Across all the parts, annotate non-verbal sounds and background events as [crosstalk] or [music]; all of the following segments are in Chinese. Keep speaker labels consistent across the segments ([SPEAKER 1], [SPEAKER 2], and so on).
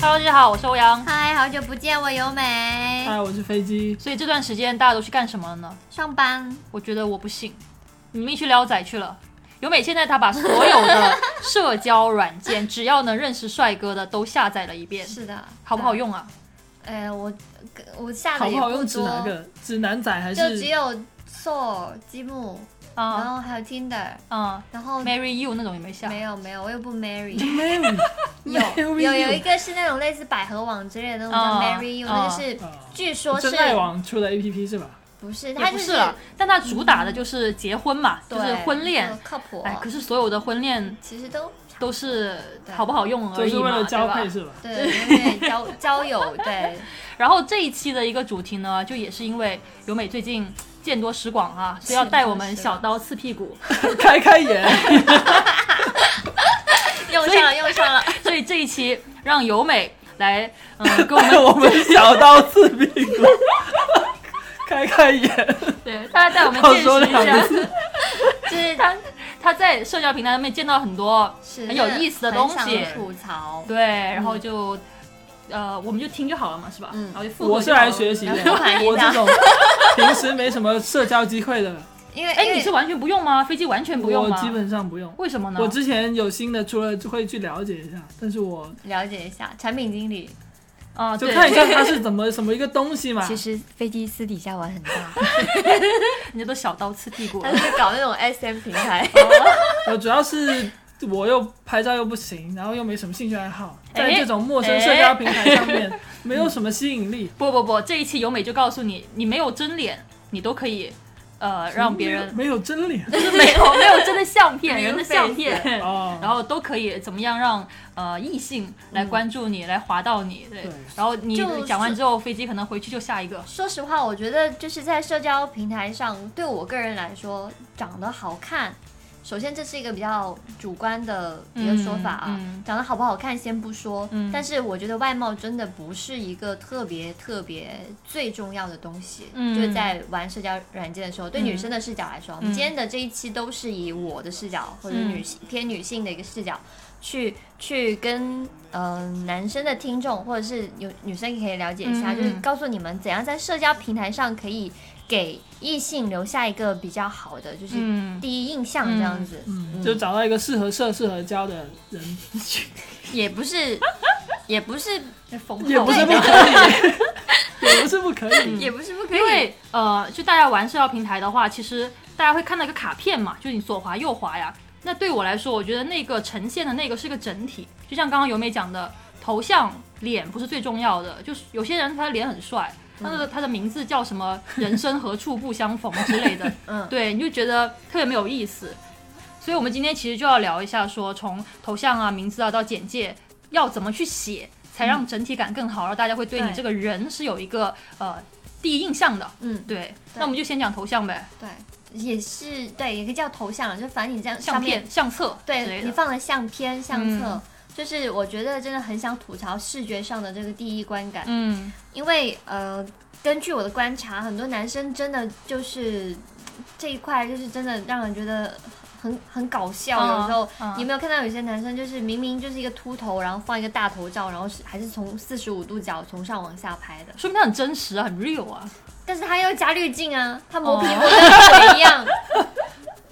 [SPEAKER 1] Hello，大家好，我是欧阳。
[SPEAKER 2] 嗨，好久不见，我由美。
[SPEAKER 3] 嗨，我是飞机。
[SPEAKER 1] 所以这段时间大家都去干什么了呢？
[SPEAKER 2] 上班，
[SPEAKER 1] 我觉得我不信，你们一去撩仔去了。由美现在她把所有
[SPEAKER 3] [laughs]
[SPEAKER 1] 的社交软件，只要能认识帅哥的都下载了一遍，
[SPEAKER 2] 是的，
[SPEAKER 1] 好不好？用啊？
[SPEAKER 2] 哎，我我下的
[SPEAKER 3] 好
[SPEAKER 2] 也
[SPEAKER 3] 不好用指
[SPEAKER 2] 多，
[SPEAKER 3] 哪个？指南仔还
[SPEAKER 2] 就只
[SPEAKER 3] 是？
[SPEAKER 2] 有 Soul、积木，然
[SPEAKER 1] 啊
[SPEAKER 2] 后还有 Tinder，
[SPEAKER 3] 嗯
[SPEAKER 1] 啊
[SPEAKER 2] 然后
[SPEAKER 1] ，Marry You 那种有没有下？
[SPEAKER 2] 没有没有，我又不
[SPEAKER 1] [laughs]
[SPEAKER 2] marry。
[SPEAKER 3] Mary
[SPEAKER 2] 有
[SPEAKER 3] Marry
[SPEAKER 2] 有有
[SPEAKER 3] you
[SPEAKER 2] 一个是那种类似百合网之类的那种
[SPEAKER 1] 哦
[SPEAKER 2] 叫 marry you，那
[SPEAKER 1] 哦
[SPEAKER 2] 就是
[SPEAKER 3] 啊
[SPEAKER 2] 据说是
[SPEAKER 3] 真爱网出的 APP 是嗯吧？
[SPEAKER 2] 不是
[SPEAKER 1] 也
[SPEAKER 2] 它
[SPEAKER 1] 不
[SPEAKER 2] 就是
[SPEAKER 1] 了，但它主打的就是结婚嘛，就
[SPEAKER 2] 对
[SPEAKER 1] 是婚恋
[SPEAKER 2] 就。靠谱，
[SPEAKER 1] 哎，可是所有的婚恋
[SPEAKER 2] 其实都
[SPEAKER 1] 都是
[SPEAKER 2] 对
[SPEAKER 1] 好不好用而
[SPEAKER 3] 就
[SPEAKER 1] 已
[SPEAKER 3] 是
[SPEAKER 1] 嘛，
[SPEAKER 3] 为了交
[SPEAKER 1] 对
[SPEAKER 3] 配
[SPEAKER 1] 吧？
[SPEAKER 3] 是吧？ [laughs]
[SPEAKER 2] 对 [laughs] 有点交交友
[SPEAKER 1] [laughs]
[SPEAKER 2] 对，
[SPEAKER 1] 然后这一期的一个主题呢，就也是因为由美最近见多识广啊，所以要带我们小刀刺屁股，
[SPEAKER 3] 开开眼，
[SPEAKER 2] 用上了用上了，
[SPEAKER 1] [laughs] 所以这一期让由美来，
[SPEAKER 2] [laughs]
[SPEAKER 1] 嗯，跟我
[SPEAKER 2] 哎
[SPEAKER 1] 们
[SPEAKER 3] 我们小刀刺屁股， [laughs] 开开眼，
[SPEAKER 1] 对，大家带我们
[SPEAKER 3] 好
[SPEAKER 1] 见
[SPEAKER 3] 说
[SPEAKER 1] 识一
[SPEAKER 3] 两
[SPEAKER 1] 下
[SPEAKER 3] 个，字。
[SPEAKER 2] 就是
[SPEAKER 1] [laughs] 他他在社交平台上面见到很多
[SPEAKER 2] 是
[SPEAKER 1] 很有意思的东西
[SPEAKER 2] 很想吐槽。
[SPEAKER 1] 对，然后就。呃，我们就听就好了嘛，是吧？
[SPEAKER 2] 嗯
[SPEAKER 1] 然后就附和
[SPEAKER 3] 我是
[SPEAKER 1] 就好
[SPEAKER 3] 来
[SPEAKER 1] 了
[SPEAKER 3] 学习的，
[SPEAKER 2] 不然你
[SPEAKER 3] 我这种 [laughs] 平时没什么社交机会的，
[SPEAKER 2] 因为因
[SPEAKER 1] 哎，
[SPEAKER 2] 为
[SPEAKER 1] 你是完全不用吗？飞机完全不用
[SPEAKER 3] 我
[SPEAKER 1] 吗？
[SPEAKER 3] 基本上不用。
[SPEAKER 1] 为什么呢？
[SPEAKER 3] 我之前有新的出了就会去了解一下，但是我
[SPEAKER 2] 了解一下产品经理。
[SPEAKER 1] 啊，
[SPEAKER 3] 就
[SPEAKER 1] 对
[SPEAKER 3] 看一下它是怎么什么一个东西嘛。
[SPEAKER 2] 实飞机私底下玩很大，
[SPEAKER 1] [laughs]
[SPEAKER 2] [laughs]
[SPEAKER 1] 你这都小刀刺屁股了
[SPEAKER 2] 他。是搞那种 SM 平台。
[SPEAKER 3] 我主要是我又拍照又不行，然后又没什么兴趣爱好，在
[SPEAKER 1] 哎
[SPEAKER 3] 这种陌生社交平台上面没有什么吸引力，
[SPEAKER 1] 不不不，这一期由美就告诉你，你没有真脸，你都可以，呃，让别
[SPEAKER 2] [laughs]
[SPEAKER 1] 人
[SPEAKER 3] 没有
[SPEAKER 1] [laughs]
[SPEAKER 3] 真脸
[SPEAKER 1] 就是没有没有真的相片，
[SPEAKER 2] 没有
[SPEAKER 1] 人的相片，
[SPEAKER 3] 哦。
[SPEAKER 1] 然后都可以怎么样让呃异性来关注你，来滑到你，对
[SPEAKER 3] 对。
[SPEAKER 1] 然后你
[SPEAKER 2] 嗯就是
[SPEAKER 1] 讲完之后，飞机可能回去就下一个。
[SPEAKER 2] 说实话，我觉得就是在社交平台上，对我个人来说，长得好看，首先这是一个比较主观的一个说法啊。
[SPEAKER 1] 嗯嗯
[SPEAKER 2] 长得好不好看先不说，
[SPEAKER 1] 嗯
[SPEAKER 2] 但是我觉得外貌真的不是一个特别特别最重要的东西。
[SPEAKER 1] 嗯
[SPEAKER 2] 就是在玩社交软件的时候，对
[SPEAKER 1] 嗯
[SPEAKER 2] 女生的视角来说，我们今天的这一期都是以我的视角或者
[SPEAKER 1] 嗯
[SPEAKER 2] 女性偏女性的一个视角去去跟呃男生的听众或者是有女生也可以了解一下，
[SPEAKER 1] 嗯
[SPEAKER 2] 就是告诉你们怎样在社交平台上可以给异性留下一个比较好的就是
[SPEAKER 1] 嗯
[SPEAKER 2] 第一印象这样子，
[SPEAKER 3] 嗯，就找到一个适合社、适合交的人，
[SPEAKER 2] 也不 [laughs] 是也不是
[SPEAKER 1] 缝
[SPEAKER 3] 也不是不
[SPEAKER 1] 因
[SPEAKER 3] 可以，
[SPEAKER 1] [laughs]
[SPEAKER 3] 也不是不可以。
[SPEAKER 1] 嗯
[SPEAKER 2] 也不是不可以，
[SPEAKER 1] 为呃，就大家玩社交平台的话，其实大家会看到一个卡片嘛，就是你左滑右滑呀。那对我来说，我觉得那个呈现的那个是个整体，就像刚刚由美讲的，头像脸不是最重要的，就是有些人他的脸很帅，他
[SPEAKER 2] 嗯
[SPEAKER 1] 的他的名字叫什么“人生何处不相逢”之类的，
[SPEAKER 2] 嗯
[SPEAKER 1] 对，你就觉得特别没有意思。所以我们今天其实就要聊一下说从头像啊、名字啊到简介，要怎么去写，才让整体感更好，然后大家会对你
[SPEAKER 2] 嗯对
[SPEAKER 1] 这个人是有一个呃第一印象的。
[SPEAKER 2] 嗯
[SPEAKER 1] 对，那我们就先讲头像呗，
[SPEAKER 2] 对，也是对，也可以叫头像了，就反正你这样
[SPEAKER 1] 相
[SPEAKER 2] 上面
[SPEAKER 1] 片、相册之类
[SPEAKER 2] 对你
[SPEAKER 1] 的。
[SPEAKER 2] 放了相片、相册，
[SPEAKER 1] 嗯
[SPEAKER 2] 就是我觉得真的很想吐槽视觉上的这个第一观感，
[SPEAKER 1] 嗯，
[SPEAKER 2] 因为呃，根据我的观察，很多男生真的就是这一块，就是真的让人觉得很很搞笑。
[SPEAKER 1] 嗯
[SPEAKER 2] 有时候、
[SPEAKER 1] 嗯
[SPEAKER 2] 你有没有看到有些男生就是明明就是一个秃头，然后放一个大头照，然后是还是从四十五度角从上往下拍的，
[SPEAKER 1] 说明它很真实啊，很 real 啊。
[SPEAKER 2] 但是他要加滤镜啊，他磨
[SPEAKER 1] 哦
[SPEAKER 2] 皮磨的跟鬼一样。 [laughs]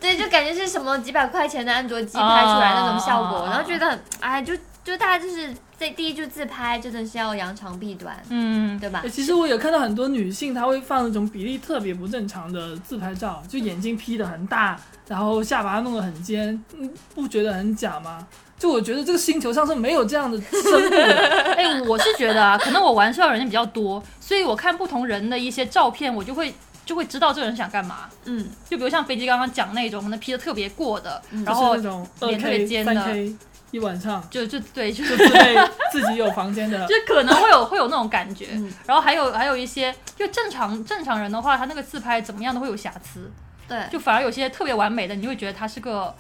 [SPEAKER 2] 对，就感觉是什么几百块钱的安卓机拍出来那种效果，
[SPEAKER 1] 啊
[SPEAKER 2] 然后觉得很哎，就就大家就是这第一就自拍，真的是要扬长避短，
[SPEAKER 1] 嗯，
[SPEAKER 2] 对吧
[SPEAKER 3] 诶？哎其实我有看到很多女性，她会放那种比例特别不正常的自拍照，就眼睛 P 的很大，然后下巴弄得很尖，嗯，不觉得很假吗？就我觉得这个星球上是没有这样的生物的，
[SPEAKER 1] 哎、我是觉得啊，可能我玩社交软件比较多，所以我看不同人的一些照片，我就会就会知道这个人想干嘛。
[SPEAKER 2] 嗯，
[SPEAKER 1] 就比如像飞机刚刚讲那种，可能 P 的特别过的，然
[SPEAKER 3] 就是
[SPEAKER 1] 后
[SPEAKER 3] 那种二
[SPEAKER 1] 脸特别
[SPEAKER 3] K、
[SPEAKER 1] 尖
[SPEAKER 3] 三
[SPEAKER 1] 的
[SPEAKER 3] K 一晚上，
[SPEAKER 1] 就就对，就
[SPEAKER 3] 就自备自己有房
[SPEAKER 1] [laughs]
[SPEAKER 3] 间的
[SPEAKER 1] 就可能会有会有那种感觉
[SPEAKER 2] 嗯。
[SPEAKER 1] 然后还有还有一些，就正常正常人的话，他那个自拍怎么样都会有瑕疵，
[SPEAKER 2] 对，
[SPEAKER 1] 就反而有些特别完美的，你就会觉得他是个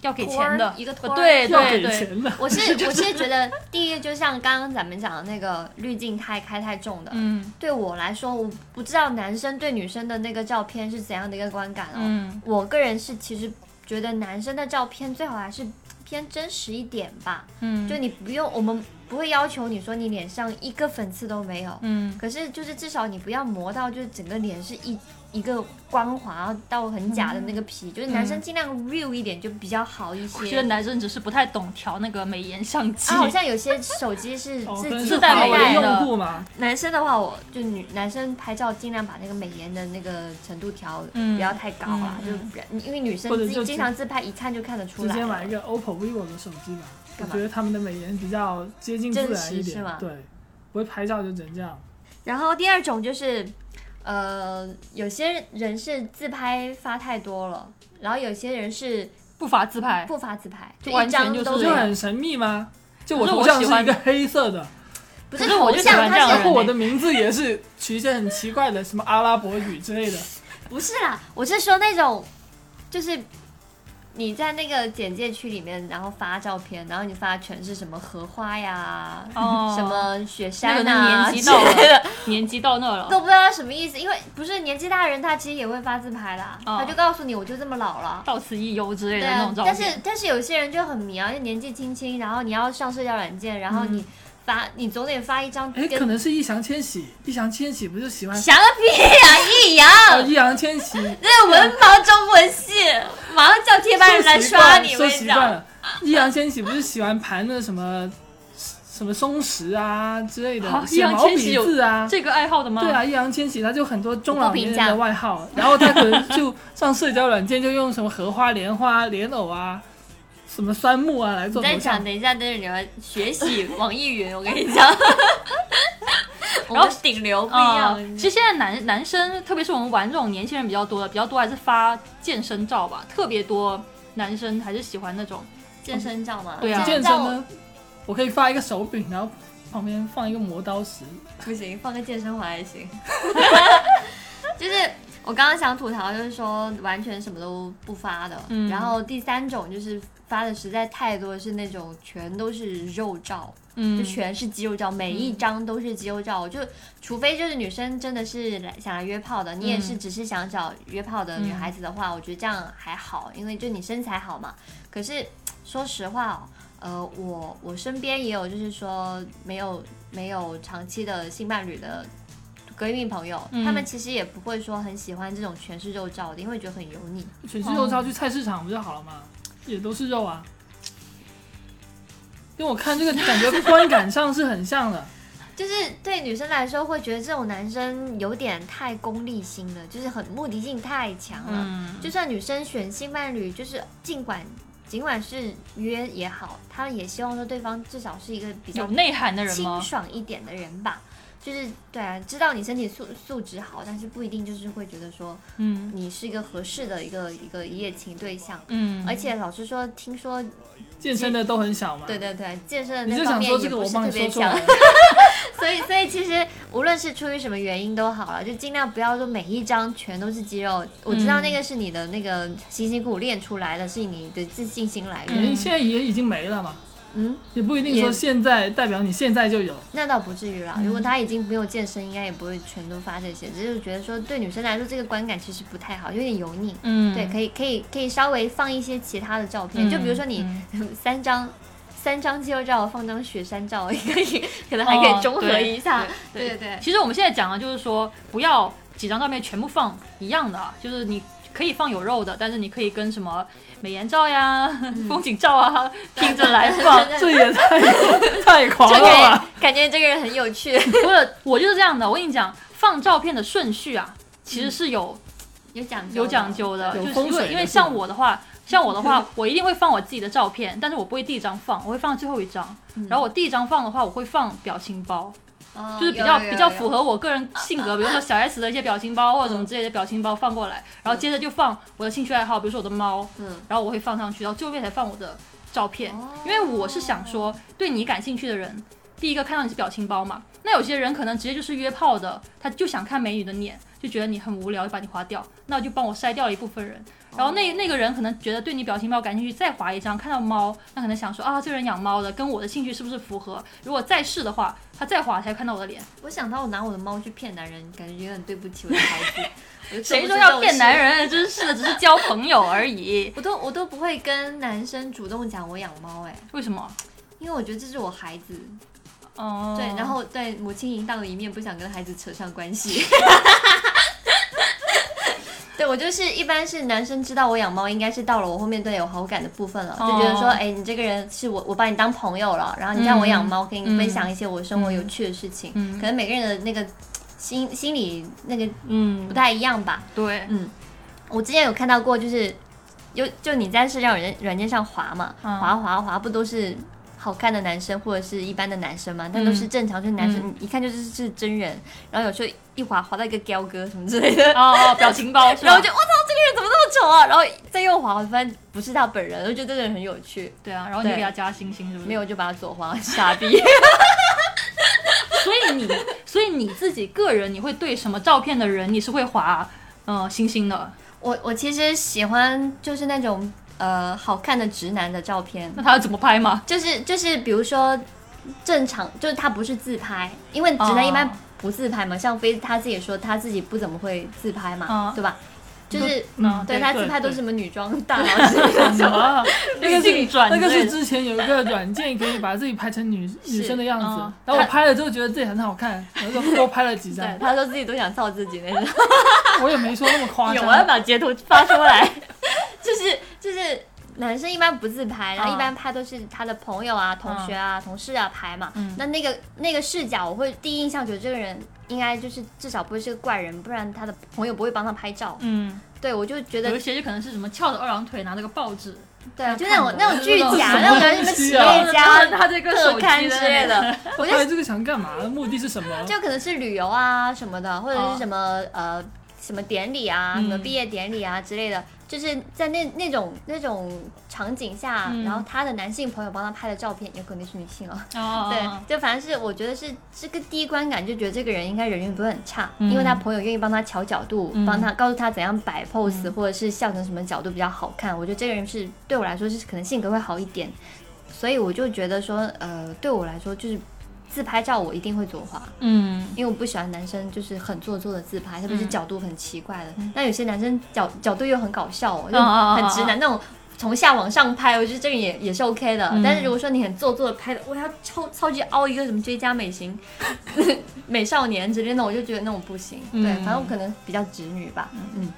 [SPEAKER 1] 要给
[SPEAKER 2] 托儿
[SPEAKER 1] 钱的呃
[SPEAKER 2] 一个托儿
[SPEAKER 1] 对
[SPEAKER 3] 要
[SPEAKER 1] 对
[SPEAKER 3] 给
[SPEAKER 1] 对，
[SPEAKER 3] 钱的。
[SPEAKER 2] 我是
[SPEAKER 1] [laughs]
[SPEAKER 2] 我是觉得第一，就像刚刚咱们讲的那个滤镜太开太重的，
[SPEAKER 1] 嗯
[SPEAKER 2] 对我来说，我不知道男生对女生的那个照片是怎样的一个观感哦。
[SPEAKER 1] 嗯
[SPEAKER 2] 我个人是其实觉得男生的照片最好还是偏真实一点吧，
[SPEAKER 1] 嗯，
[SPEAKER 2] 就你不用，我们不会要求你说你脸上一个粉刺都没有，
[SPEAKER 1] 嗯，
[SPEAKER 2] 可是就是至少你不要磨到就是整个脸是一一个光滑到很假的那个皮，就是男生尽量 real 一点就比较好一
[SPEAKER 1] 嗯我觉得
[SPEAKER 2] 些。
[SPEAKER 1] 男生只是不太懂调那个美颜相机
[SPEAKER 2] 啊，，好像有些手
[SPEAKER 1] [laughs]
[SPEAKER 2] 机是
[SPEAKER 3] 哦，
[SPEAKER 2] 自
[SPEAKER 3] 可能
[SPEAKER 2] 己
[SPEAKER 3] 是
[SPEAKER 1] 自带
[SPEAKER 3] 华
[SPEAKER 1] 美
[SPEAKER 3] 为
[SPEAKER 1] 颜
[SPEAKER 2] 带
[SPEAKER 1] 的
[SPEAKER 3] 用户嘛，
[SPEAKER 2] 男生的话，我就女男生拍照尽量把那个美颜的那个程度调，
[SPEAKER 1] 嗯
[SPEAKER 2] 不要太高啦，
[SPEAKER 1] 嗯
[SPEAKER 2] 就不要因为女生
[SPEAKER 3] 或者
[SPEAKER 2] 自己
[SPEAKER 3] 就
[SPEAKER 2] 经
[SPEAKER 3] 直
[SPEAKER 2] 常自拍，一看就看得出
[SPEAKER 3] 直
[SPEAKER 2] 来
[SPEAKER 3] 接
[SPEAKER 2] 了。
[SPEAKER 3] 买一个 OPPO、vivo 的手机吧，我
[SPEAKER 2] 干嘛
[SPEAKER 3] 觉得他们的美颜比较接近自
[SPEAKER 2] 真
[SPEAKER 3] 然
[SPEAKER 2] 实
[SPEAKER 3] 一
[SPEAKER 2] 是
[SPEAKER 3] 点
[SPEAKER 2] 吗，
[SPEAKER 3] 对，不会拍照就只能这样。
[SPEAKER 2] 然后第二种就是，呃，有些人是自拍发太多了，然后有些人是
[SPEAKER 1] 不乏自拍。
[SPEAKER 2] 不发自拍，
[SPEAKER 1] 就
[SPEAKER 2] 一
[SPEAKER 1] 完全
[SPEAKER 2] 张
[SPEAKER 1] 就是
[SPEAKER 2] 都
[SPEAKER 3] 我
[SPEAKER 2] 没
[SPEAKER 3] 就
[SPEAKER 2] 有。
[SPEAKER 3] 很神秘吗？就我
[SPEAKER 1] 可是我
[SPEAKER 3] 头像
[SPEAKER 1] 喜
[SPEAKER 3] 是
[SPEAKER 1] 欢
[SPEAKER 3] 一个黑
[SPEAKER 1] [laughs]
[SPEAKER 3] 色的，
[SPEAKER 2] 不
[SPEAKER 1] 可是我
[SPEAKER 2] 头
[SPEAKER 1] 就喜
[SPEAKER 2] 像，
[SPEAKER 1] 欢这样
[SPEAKER 2] 它
[SPEAKER 1] 的人
[SPEAKER 2] 是
[SPEAKER 3] 然后
[SPEAKER 1] 呢
[SPEAKER 3] 我的名字也是取一些很奇怪的，什么阿拉伯语之类的。
[SPEAKER 2] 不是啦，我是说那种，就是你在那个简介区里面，然后发照片，然后你发全是什么荷花呀，
[SPEAKER 1] 哦
[SPEAKER 2] [laughs] 什么雪
[SPEAKER 1] 那个
[SPEAKER 2] 山啊
[SPEAKER 1] 那年纪
[SPEAKER 2] 之
[SPEAKER 1] 到
[SPEAKER 2] 类的，
[SPEAKER 1] 了，年纪到那了，
[SPEAKER 2] [laughs] 都不知道什么意思。因为不是年纪大的人，他其实也会发自拍啦，
[SPEAKER 1] 哦
[SPEAKER 2] 他就告诉你我就这么老了。
[SPEAKER 1] 到此一游之类
[SPEAKER 2] 对
[SPEAKER 1] 的那
[SPEAKER 2] 啊
[SPEAKER 1] 种，照
[SPEAKER 2] 但
[SPEAKER 1] 片。
[SPEAKER 2] 是但是有些人就很迷啊，就年纪轻轻，然后你要上社交软件，然后你发、你总得发一张
[SPEAKER 3] 哎，
[SPEAKER 2] 跟
[SPEAKER 3] 可能是易烊千玺，易烊千玺不就喜欢？
[SPEAKER 2] 想个屁啊呀、易阳
[SPEAKER 1] [laughs]
[SPEAKER 3] 哦，易烊千玺
[SPEAKER 2] 那文盲中文系，马上叫贴吧人来刷你，我
[SPEAKER 3] [laughs] 说
[SPEAKER 2] 跟
[SPEAKER 3] 习
[SPEAKER 2] 你
[SPEAKER 3] 惯
[SPEAKER 2] 讲。
[SPEAKER 3] 了。易烊千玺不是喜欢盘那什么什么松石啊之类的
[SPEAKER 1] 啊，
[SPEAKER 3] 写
[SPEAKER 1] 易烊
[SPEAKER 3] 毛
[SPEAKER 1] 千玺
[SPEAKER 3] 笔字啊。
[SPEAKER 1] 这个爱好的吗？
[SPEAKER 3] 对啊，易烊千玺他就很多中
[SPEAKER 2] 我
[SPEAKER 3] 老年
[SPEAKER 2] 不评
[SPEAKER 3] 人
[SPEAKER 2] 价
[SPEAKER 3] 的外号，然后他可能就上社交软件就用什么荷花、莲花、莲藕啊，什么酸木啊来做
[SPEAKER 2] 你再
[SPEAKER 3] 头
[SPEAKER 2] 讲，
[SPEAKER 3] 像。
[SPEAKER 2] 等一下，等你们学习网易云，我跟你
[SPEAKER 3] [laughs]
[SPEAKER 2] 讲。然后顶流不一
[SPEAKER 1] 啊、
[SPEAKER 2] 样，
[SPEAKER 3] 嗯
[SPEAKER 1] 其实现在男男生，特别是我们玩这种年轻人比较多的，比较多还是发健身照吧，特别多男生还是喜欢那种
[SPEAKER 2] 健身照嘛，
[SPEAKER 1] 对啊
[SPEAKER 3] 健身
[SPEAKER 2] 照
[SPEAKER 3] 呢，我可以发一个手柄，然后旁边放一个磨刀石。
[SPEAKER 2] 不行，放个健身环还
[SPEAKER 3] [laughs]
[SPEAKER 2] 行。就是我刚刚想吐槽，就是说完全什么都不发的。
[SPEAKER 1] 嗯
[SPEAKER 2] 然后第三种就是发的实在太多，是那种全都是肉照，
[SPEAKER 1] 嗯
[SPEAKER 2] 就全是肌肉照，每一张都是肌肉照。就除非就是女生真的是来想来约炮的，你也
[SPEAKER 1] 嗯
[SPEAKER 2] 是只是想找约炮的女孩子的话，我觉得这样还好，因为就你身材好嘛。可是说实话哦，呃，我我身边也有就是说没有没有长期的性伴侣的。闺蜜朋友，
[SPEAKER 1] 嗯
[SPEAKER 2] 她们其实也不会说很喜欢这种全是肉照的，因为觉得很油腻。
[SPEAKER 3] 全是肉照去菜市场不就好了吗？也都是肉啊。因为我看这个感
[SPEAKER 2] [laughs]
[SPEAKER 3] 觉观感上是很像的，
[SPEAKER 2] 就是对女生来说，会觉得这种男生有点太功利心了，就是很目的性太强了。
[SPEAKER 1] 嗯，
[SPEAKER 2] 就算女生选性伴侣，就是尽管尽管是约也好，她也希望说对方至少是一个比
[SPEAKER 1] 有
[SPEAKER 2] 较
[SPEAKER 1] 内涵的人
[SPEAKER 2] 清
[SPEAKER 1] 吗？
[SPEAKER 2] 爽一点的人吧。就是对啊，知道你身体素素质好，但是不一定就是会觉得说
[SPEAKER 1] 嗯
[SPEAKER 2] 你是一个合适的一个一个一夜情对象。
[SPEAKER 1] 嗯，
[SPEAKER 2] 而且老实说，听说
[SPEAKER 3] 健身的都很小嘛。
[SPEAKER 2] 对对对，健身
[SPEAKER 3] 你
[SPEAKER 2] 的
[SPEAKER 3] 就
[SPEAKER 2] 那方
[SPEAKER 3] 想
[SPEAKER 2] 面
[SPEAKER 3] 说这
[SPEAKER 2] 也
[SPEAKER 3] 个
[SPEAKER 2] 不
[SPEAKER 3] 我
[SPEAKER 2] 是
[SPEAKER 3] 帮
[SPEAKER 2] 特
[SPEAKER 3] 你说
[SPEAKER 2] 别
[SPEAKER 3] 出
[SPEAKER 2] 强
[SPEAKER 3] 来，，
[SPEAKER 2] 所以，所以其实无论是出于什么原因都好了，就尽量不要说每一张全都是肌肉。我知道那个是你的那个辛辛苦苦练出来的，是你的自信心来
[SPEAKER 3] 肯
[SPEAKER 1] 嗯
[SPEAKER 2] 源。
[SPEAKER 3] 定现在也已经没了嘛，
[SPEAKER 2] 嗯，
[SPEAKER 3] 也不一定说
[SPEAKER 2] 也
[SPEAKER 3] 现在代表你现在就有。
[SPEAKER 2] 那倒不至于啦。如果他已经没有健身，应该也不会全都发这些。只是觉得说，嗯对女生来说，这个观感其实不太好，有点油腻。
[SPEAKER 1] 嗯，
[SPEAKER 2] 对，可以，可以，可以稍微放一些其他的照
[SPEAKER 1] 嗯
[SPEAKER 2] 片，就比如说你三张。三张肌肉照放张雪山照，也可以，可能
[SPEAKER 1] 哦，
[SPEAKER 2] 还可以综合
[SPEAKER 1] 对
[SPEAKER 2] 一下。
[SPEAKER 1] 对
[SPEAKER 2] 对对
[SPEAKER 1] 其实我们现在讲的就是说，不要几张照片全部放一样的，啊，就是你可以放有肉的，但是你可以跟什么美颜照呀、风景照 [laughs] 啊拼着来放。
[SPEAKER 3] 这也太太
[SPEAKER 2] [laughs]
[SPEAKER 3] 狂
[SPEAKER 2] 就
[SPEAKER 3] 了
[SPEAKER 2] 感
[SPEAKER 3] 吧！
[SPEAKER 2] 觉感觉这个人很有趣，
[SPEAKER 1] 不是，我就是这样的。我跟你讲，放照片的顺序啊，其实是有
[SPEAKER 2] 有讲究，
[SPEAKER 1] 有讲究的，
[SPEAKER 3] 有
[SPEAKER 1] 就是
[SPEAKER 3] 风
[SPEAKER 1] 因
[SPEAKER 3] 水
[SPEAKER 1] 为
[SPEAKER 3] 的
[SPEAKER 1] 因为
[SPEAKER 3] 是吗
[SPEAKER 1] 像我的话，像我的
[SPEAKER 2] 嗯
[SPEAKER 1] 话，我一定会放我自己的照片，但是我不会第一张放，我会放最后一张。然后我第一张放的话，我会放表情包，
[SPEAKER 2] 嗯哦，
[SPEAKER 1] 就是比较
[SPEAKER 2] 有
[SPEAKER 1] 比较。
[SPEAKER 2] 有嗯
[SPEAKER 1] 符
[SPEAKER 2] 有
[SPEAKER 1] 合我个人性格，比如说小 S 的一些表情包或者什么之类的表情包放过来，然后接着就放我的兴趣爱好，比如说我的猫，
[SPEAKER 2] 嗯，
[SPEAKER 1] 然后我会放上去，然后最后面才放我的照片
[SPEAKER 2] 哦，
[SPEAKER 1] 因为我是想说，对你感兴趣的人，第一个看到你是表情包嘛，那有些人可能直接就是约炮的，他就想看美女的脸，就觉得你很无聊，就把你划掉，那就帮我筛掉了一部分人。
[SPEAKER 2] 哦
[SPEAKER 1] 然后那那个人可能觉得对你表情包感兴趣，再划一张，看到猫，那可能想说啊，这个人养猫的，跟我的兴趣是不是符合？如果再试的话，他再划才看到我的脸。
[SPEAKER 2] 我想到我拿我的猫去骗男人，感觉有点对不起我的孩
[SPEAKER 1] [laughs]
[SPEAKER 2] 子。我就做
[SPEAKER 1] 谁
[SPEAKER 2] 不
[SPEAKER 1] 说
[SPEAKER 2] 出这
[SPEAKER 1] 要
[SPEAKER 2] 种
[SPEAKER 1] 骗
[SPEAKER 2] 事
[SPEAKER 1] 男？人？真是的，只是交朋友而已。
[SPEAKER 2] 我都我都不会跟男生主动讲我养猫哎，
[SPEAKER 1] 为什么？
[SPEAKER 2] 因为我觉得这是我孩子，
[SPEAKER 1] 哦，
[SPEAKER 2] 对，然后对母亲淫荡的一面不想跟孩子扯上关系。 [laughs] 对我就是一般是男生知道我养猫，应该是到了我后面对有好感的部分了，就觉得说，
[SPEAKER 1] 哦
[SPEAKER 2] 哎，你这个人是我我把你当朋友了，然后你让我养
[SPEAKER 1] 嗯
[SPEAKER 2] 猫，给你
[SPEAKER 1] 嗯
[SPEAKER 2] 分享一些我生活有趣的事情，
[SPEAKER 1] 嗯
[SPEAKER 2] 可能每个人的那个心心理那个
[SPEAKER 1] 嗯
[SPEAKER 2] 不，太一样吧。
[SPEAKER 1] 对，
[SPEAKER 2] 嗯，我之前有看到过，就是有就你在社交软件软件上滑嘛，
[SPEAKER 1] 嗯
[SPEAKER 2] 滑滑滑，不都是好看的男生或者是一般的男生嘛？但都是正常，就是男生、你一看就是是真人，然后有时候一滑滑到一个彪哥什么之 [laughs] 类的。
[SPEAKER 1] 哦，哦表情包，是吧
[SPEAKER 2] 然后我就我操，这个人怎么那么丑啊！然后再右滑，我发现不是他本人，我就觉得这个人很有趣。
[SPEAKER 1] 对啊，然后你就
[SPEAKER 2] 对
[SPEAKER 1] 给他加星星，是不是？
[SPEAKER 2] 没有，就把他左滑，傻逼。
[SPEAKER 1] 所以你， [laughs] 所以你自己个人，你会对什么照片的人，你是会划呃星星的？
[SPEAKER 2] 我我其实喜欢就是那种呃好看的直男的照片，
[SPEAKER 1] 那他要怎么拍吗？
[SPEAKER 2] 就是就是，比如说正常，就是他不是自拍，因为直男一般
[SPEAKER 1] 哦
[SPEAKER 2] 不自拍嘛。像菲他自己也说他自己不怎么会自拍嘛，
[SPEAKER 1] 哦
[SPEAKER 2] 对吧？就是
[SPEAKER 1] 嗯，
[SPEAKER 2] 对
[SPEAKER 1] 对
[SPEAKER 2] 他
[SPEAKER 3] 对
[SPEAKER 2] 自拍都
[SPEAKER 3] 对
[SPEAKER 2] 是什么女装大
[SPEAKER 1] [laughs]
[SPEAKER 2] 佬之类的
[SPEAKER 3] 什么？那个
[SPEAKER 1] 滤镜
[SPEAKER 3] 是
[SPEAKER 1] 转
[SPEAKER 3] 啊那个
[SPEAKER 1] 之类
[SPEAKER 3] 是
[SPEAKER 1] 的
[SPEAKER 3] 之前有一个软件可以把自己拍成女女生的样子
[SPEAKER 2] 哦
[SPEAKER 1] 嗯，
[SPEAKER 3] 然后我拍了之后觉得自己很好看，然后就多拍了几张
[SPEAKER 2] 对，。 [laughs] 他说自己都想造自己那种。 [laughs]
[SPEAKER 3] 我也没说那么夸
[SPEAKER 2] 有，啊
[SPEAKER 3] 张
[SPEAKER 2] 我。要把截图发出来。就是就是，男生一般不自拍，然后
[SPEAKER 1] 啊
[SPEAKER 2] 一般拍都是他的朋友啊、同学啊、同事啊拍嘛。
[SPEAKER 1] 哦嗯
[SPEAKER 2] 那那个那个视角，我会第一印象觉得这个人应该就是至少不会是个怪人，不然他的朋友不会帮他拍照。
[SPEAKER 1] [laughs] 嗯，
[SPEAKER 2] 对，我就觉得
[SPEAKER 1] 有一些就可能是什么翘着二郎腿拿着个报纸，
[SPEAKER 3] 啊
[SPEAKER 2] 对，就那种那种
[SPEAKER 1] 这
[SPEAKER 2] 剧
[SPEAKER 1] 种
[SPEAKER 2] 假，
[SPEAKER 3] 什么
[SPEAKER 2] 那种什么
[SPEAKER 3] 东
[SPEAKER 2] 企
[SPEAKER 3] 西
[SPEAKER 2] 业
[SPEAKER 3] 啊
[SPEAKER 1] 然 [laughs]
[SPEAKER 3] [laughs]
[SPEAKER 1] 后
[SPEAKER 2] 家
[SPEAKER 1] 他这个
[SPEAKER 2] 特
[SPEAKER 1] 手
[SPEAKER 2] 刊
[SPEAKER 1] 机
[SPEAKER 2] 之类的，我就
[SPEAKER 3] 拍这个想干嘛？目的是
[SPEAKER 2] [laughs]
[SPEAKER 3] 什么？
[SPEAKER 2] 就可能是旅游啊什么的，或者
[SPEAKER 1] 哦
[SPEAKER 2] 是什么、呃什么典礼啊，
[SPEAKER 1] 嗯
[SPEAKER 2] 什么毕业典礼啊之类的，就是在那那种那种场景下，
[SPEAKER 1] 嗯
[SPEAKER 2] 然后他的男性朋友帮他拍的照片，有可能是女性哦。
[SPEAKER 1] [laughs] 哦，哦，
[SPEAKER 2] 对，就反正是我觉得是这个第一观感，就觉得这个人应该人缘不会很差，
[SPEAKER 1] 嗯
[SPEAKER 2] 因为他朋友愿意帮他调角度，
[SPEAKER 1] 嗯
[SPEAKER 2] 帮他告诉他怎样摆 pose，、或者是笑成什么角度比较好看。我觉得这个人是对我来说是可能性格会好一点，所以我就觉得说，呃，对我来说就是自拍照我一定会左滑。
[SPEAKER 1] 嗯，
[SPEAKER 2] 因为我不喜欢男生就是很做作的自拍，特别是
[SPEAKER 1] 嗯
[SPEAKER 2] 角度很奇怪的。那、有些男生角角度又很搞笑哦，就
[SPEAKER 1] 哦
[SPEAKER 2] 很直男那种。从下往上拍，我觉得这个也也是 OK 的。
[SPEAKER 1] 嗯
[SPEAKER 2] 但是如果说你很做作的拍的，我要超超级凹一个什么追加美型、 [laughs] 美少年之类的，我就觉得那种不行。
[SPEAKER 1] 嗯
[SPEAKER 2] 对，反正我可能比较直女吧。嗯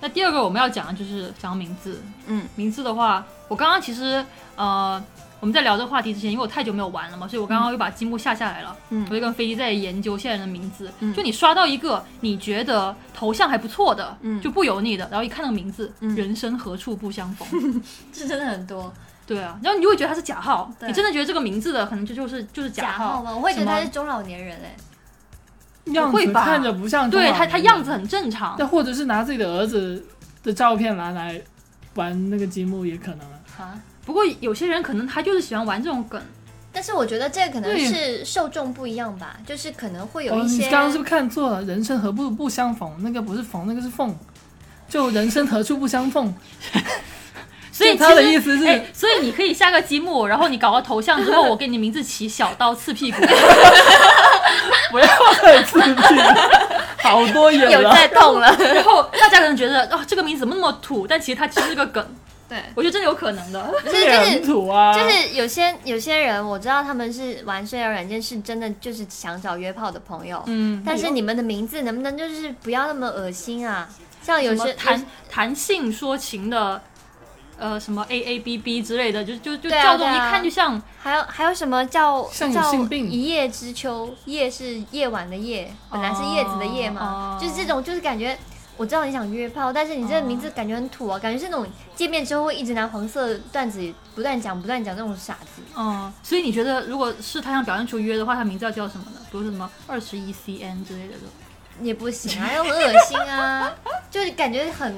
[SPEAKER 1] 那第二个我们要讲的就是讲名字，
[SPEAKER 2] 嗯
[SPEAKER 1] 名字的话，我刚刚其实呃我们在聊这个话题之前，因为我太久没有玩了嘛，所以我刚刚又把积木下下来了，我
[SPEAKER 2] 嗯
[SPEAKER 1] 就跟飞机在研究现在人的名字。
[SPEAKER 2] 嗯
[SPEAKER 1] 就你刷到一个你觉得头像还不错的，
[SPEAKER 2] 嗯
[SPEAKER 1] 就不油腻的，然后一看那个名字，
[SPEAKER 2] 嗯
[SPEAKER 1] 人生何处不相
[SPEAKER 2] [laughs]
[SPEAKER 1] 逢，
[SPEAKER 2] 这真的很多
[SPEAKER 1] 对啊，然后你就会觉得他是假号，
[SPEAKER 2] 对
[SPEAKER 1] 你真的觉得这个名字的可能就就是就是
[SPEAKER 2] 假号
[SPEAKER 1] 号，
[SPEAKER 2] 吗？我会觉得
[SPEAKER 1] 什么
[SPEAKER 2] 他是中老年人哎、
[SPEAKER 3] 样
[SPEAKER 1] 会
[SPEAKER 3] 子
[SPEAKER 1] 吧
[SPEAKER 3] 看着不像中老
[SPEAKER 1] 对
[SPEAKER 3] 年人。
[SPEAKER 1] 他他样子很正常
[SPEAKER 3] 那或者是拿自己的儿子的照片拿来玩那个积木也可能啊。
[SPEAKER 2] 啊。
[SPEAKER 1] 不过有些人可能他就是喜欢玩这种梗，
[SPEAKER 2] 但是我觉得这个可能
[SPEAKER 1] 对
[SPEAKER 2] 是受众不一样吧，就是可能会有
[SPEAKER 3] 哦，
[SPEAKER 2] 一
[SPEAKER 3] 你
[SPEAKER 2] 些。
[SPEAKER 3] 刚刚是不是看错了？人生何不不相逢？那个不是逢，那个是凤。就人生何处不相逢？
[SPEAKER 1] [laughs] 所以
[SPEAKER 3] 就他的
[SPEAKER 1] 其实
[SPEAKER 3] 意思是
[SPEAKER 1] 哎所以你可以下个积木，然后你搞个头像之后，我给你名字起小刀刺屁
[SPEAKER 2] [laughs]
[SPEAKER 1] 股，
[SPEAKER 3] [laughs] 不要再自闭了，好多眼
[SPEAKER 2] 有
[SPEAKER 3] 了。
[SPEAKER 2] 在动 [laughs] 了。
[SPEAKER 1] 然后大家可能觉得哦这个名字怎么那么土，但其实它其实是个梗，
[SPEAKER 2] 对，
[SPEAKER 1] 我觉得真的有可能的，
[SPEAKER 2] [laughs] 就是
[SPEAKER 3] 这
[SPEAKER 2] 就是
[SPEAKER 3] 很土啊！
[SPEAKER 2] 就是有些有些人，我知道他们是玩社交软件，是真的就是想找约炮的朋友。
[SPEAKER 1] 嗯，
[SPEAKER 2] 但是你们的名字能不能就是不要那么恶心啊？像有
[SPEAKER 1] 什么
[SPEAKER 2] 些
[SPEAKER 1] 谈谈性说情的，呃，什么 A A B B 之类的，就就就
[SPEAKER 2] 对啊
[SPEAKER 1] 叫这种
[SPEAKER 2] 对
[SPEAKER 1] 一
[SPEAKER 2] 啊
[SPEAKER 1] 看就像
[SPEAKER 2] 还有还有什么叫
[SPEAKER 3] 像有
[SPEAKER 2] 叫
[SPEAKER 3] 性病
[SPEAKER 2] 一叶知秋？叶是夜晚的夜，本来是叶子的叶嘛，
[SPEAKER 1] 哦
[SPEAKER 2] 就是这种，就是感觉我知道你想约炮，但是你这个名字感觉很土啊，感觉是那种见面之后会一直拿黄色段子不断讲不断讲那种傻子。
[SPEAKER 1] 嗯，所以你觉得如果是他想表现出约的话，他名字要叫什么呢？比如说什么二十一 C N 之类的这 [laughs] 种，
[SPEAKER 2] 也不行啊，又 [laughs] 很恶心啊，就是感觉很，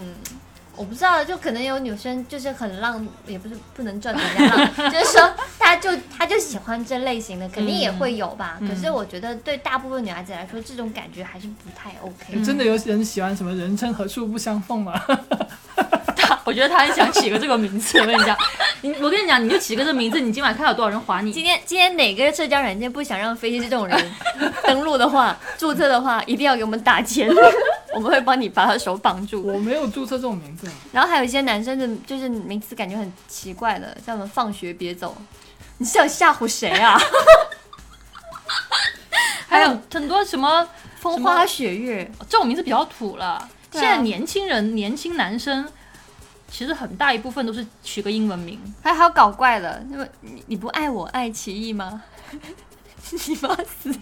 [SPEAKER 2] 我不知道，就可能有女生就是很浪，也不是不能赚人家浪，就是说她就她就喜欢这类型的，肯定也会有吧。
[SPEAKER 1] 嗯
[SPEAKER 2] 可是我觉得对大部分女孩子来说，这种感觉还是不太 OK。
[SPEAKER 3] 真的有人喜欢什么“人生何处不相逢”吗？ [laughs]
[SPEAKER 1] 他我觉得他很想起个这个名字。我跟你讲， [laughs] 你我跟你讲，你就起个这名字，你今晚看到有多少人划你？
[SPEAKER 2] 今天今天哪个社交软件不想让飞机这种人登录的话、 [laughs] 注册的话，一定要给我们打钱，我们会帮你把他手绑住。
[SPEAKER 3] 我没有注册这种名字，
[SPEAKER 2] 然后还有一些男生的，就是名词感觉很奇怪的，叫什么“放学别走”，你是想吓唬谁啊？
[SPEAKER 1] 还有很多什么
[SPEAKER 2] 风花雪月，
[SPEAKER 1] 这种名字比较土了。
[SPEAKER 2] 对
[SPEAKER 1] 现
[SPEAKER 2] 啊
[SPEAKER 1] 在年轻人、年轻男生，其实很大一部分都是取个英文名。
[SPEAKER 2] 还好搞怪了，因为你你不爱我爱奇艺吗？ [laughs] 你妈死！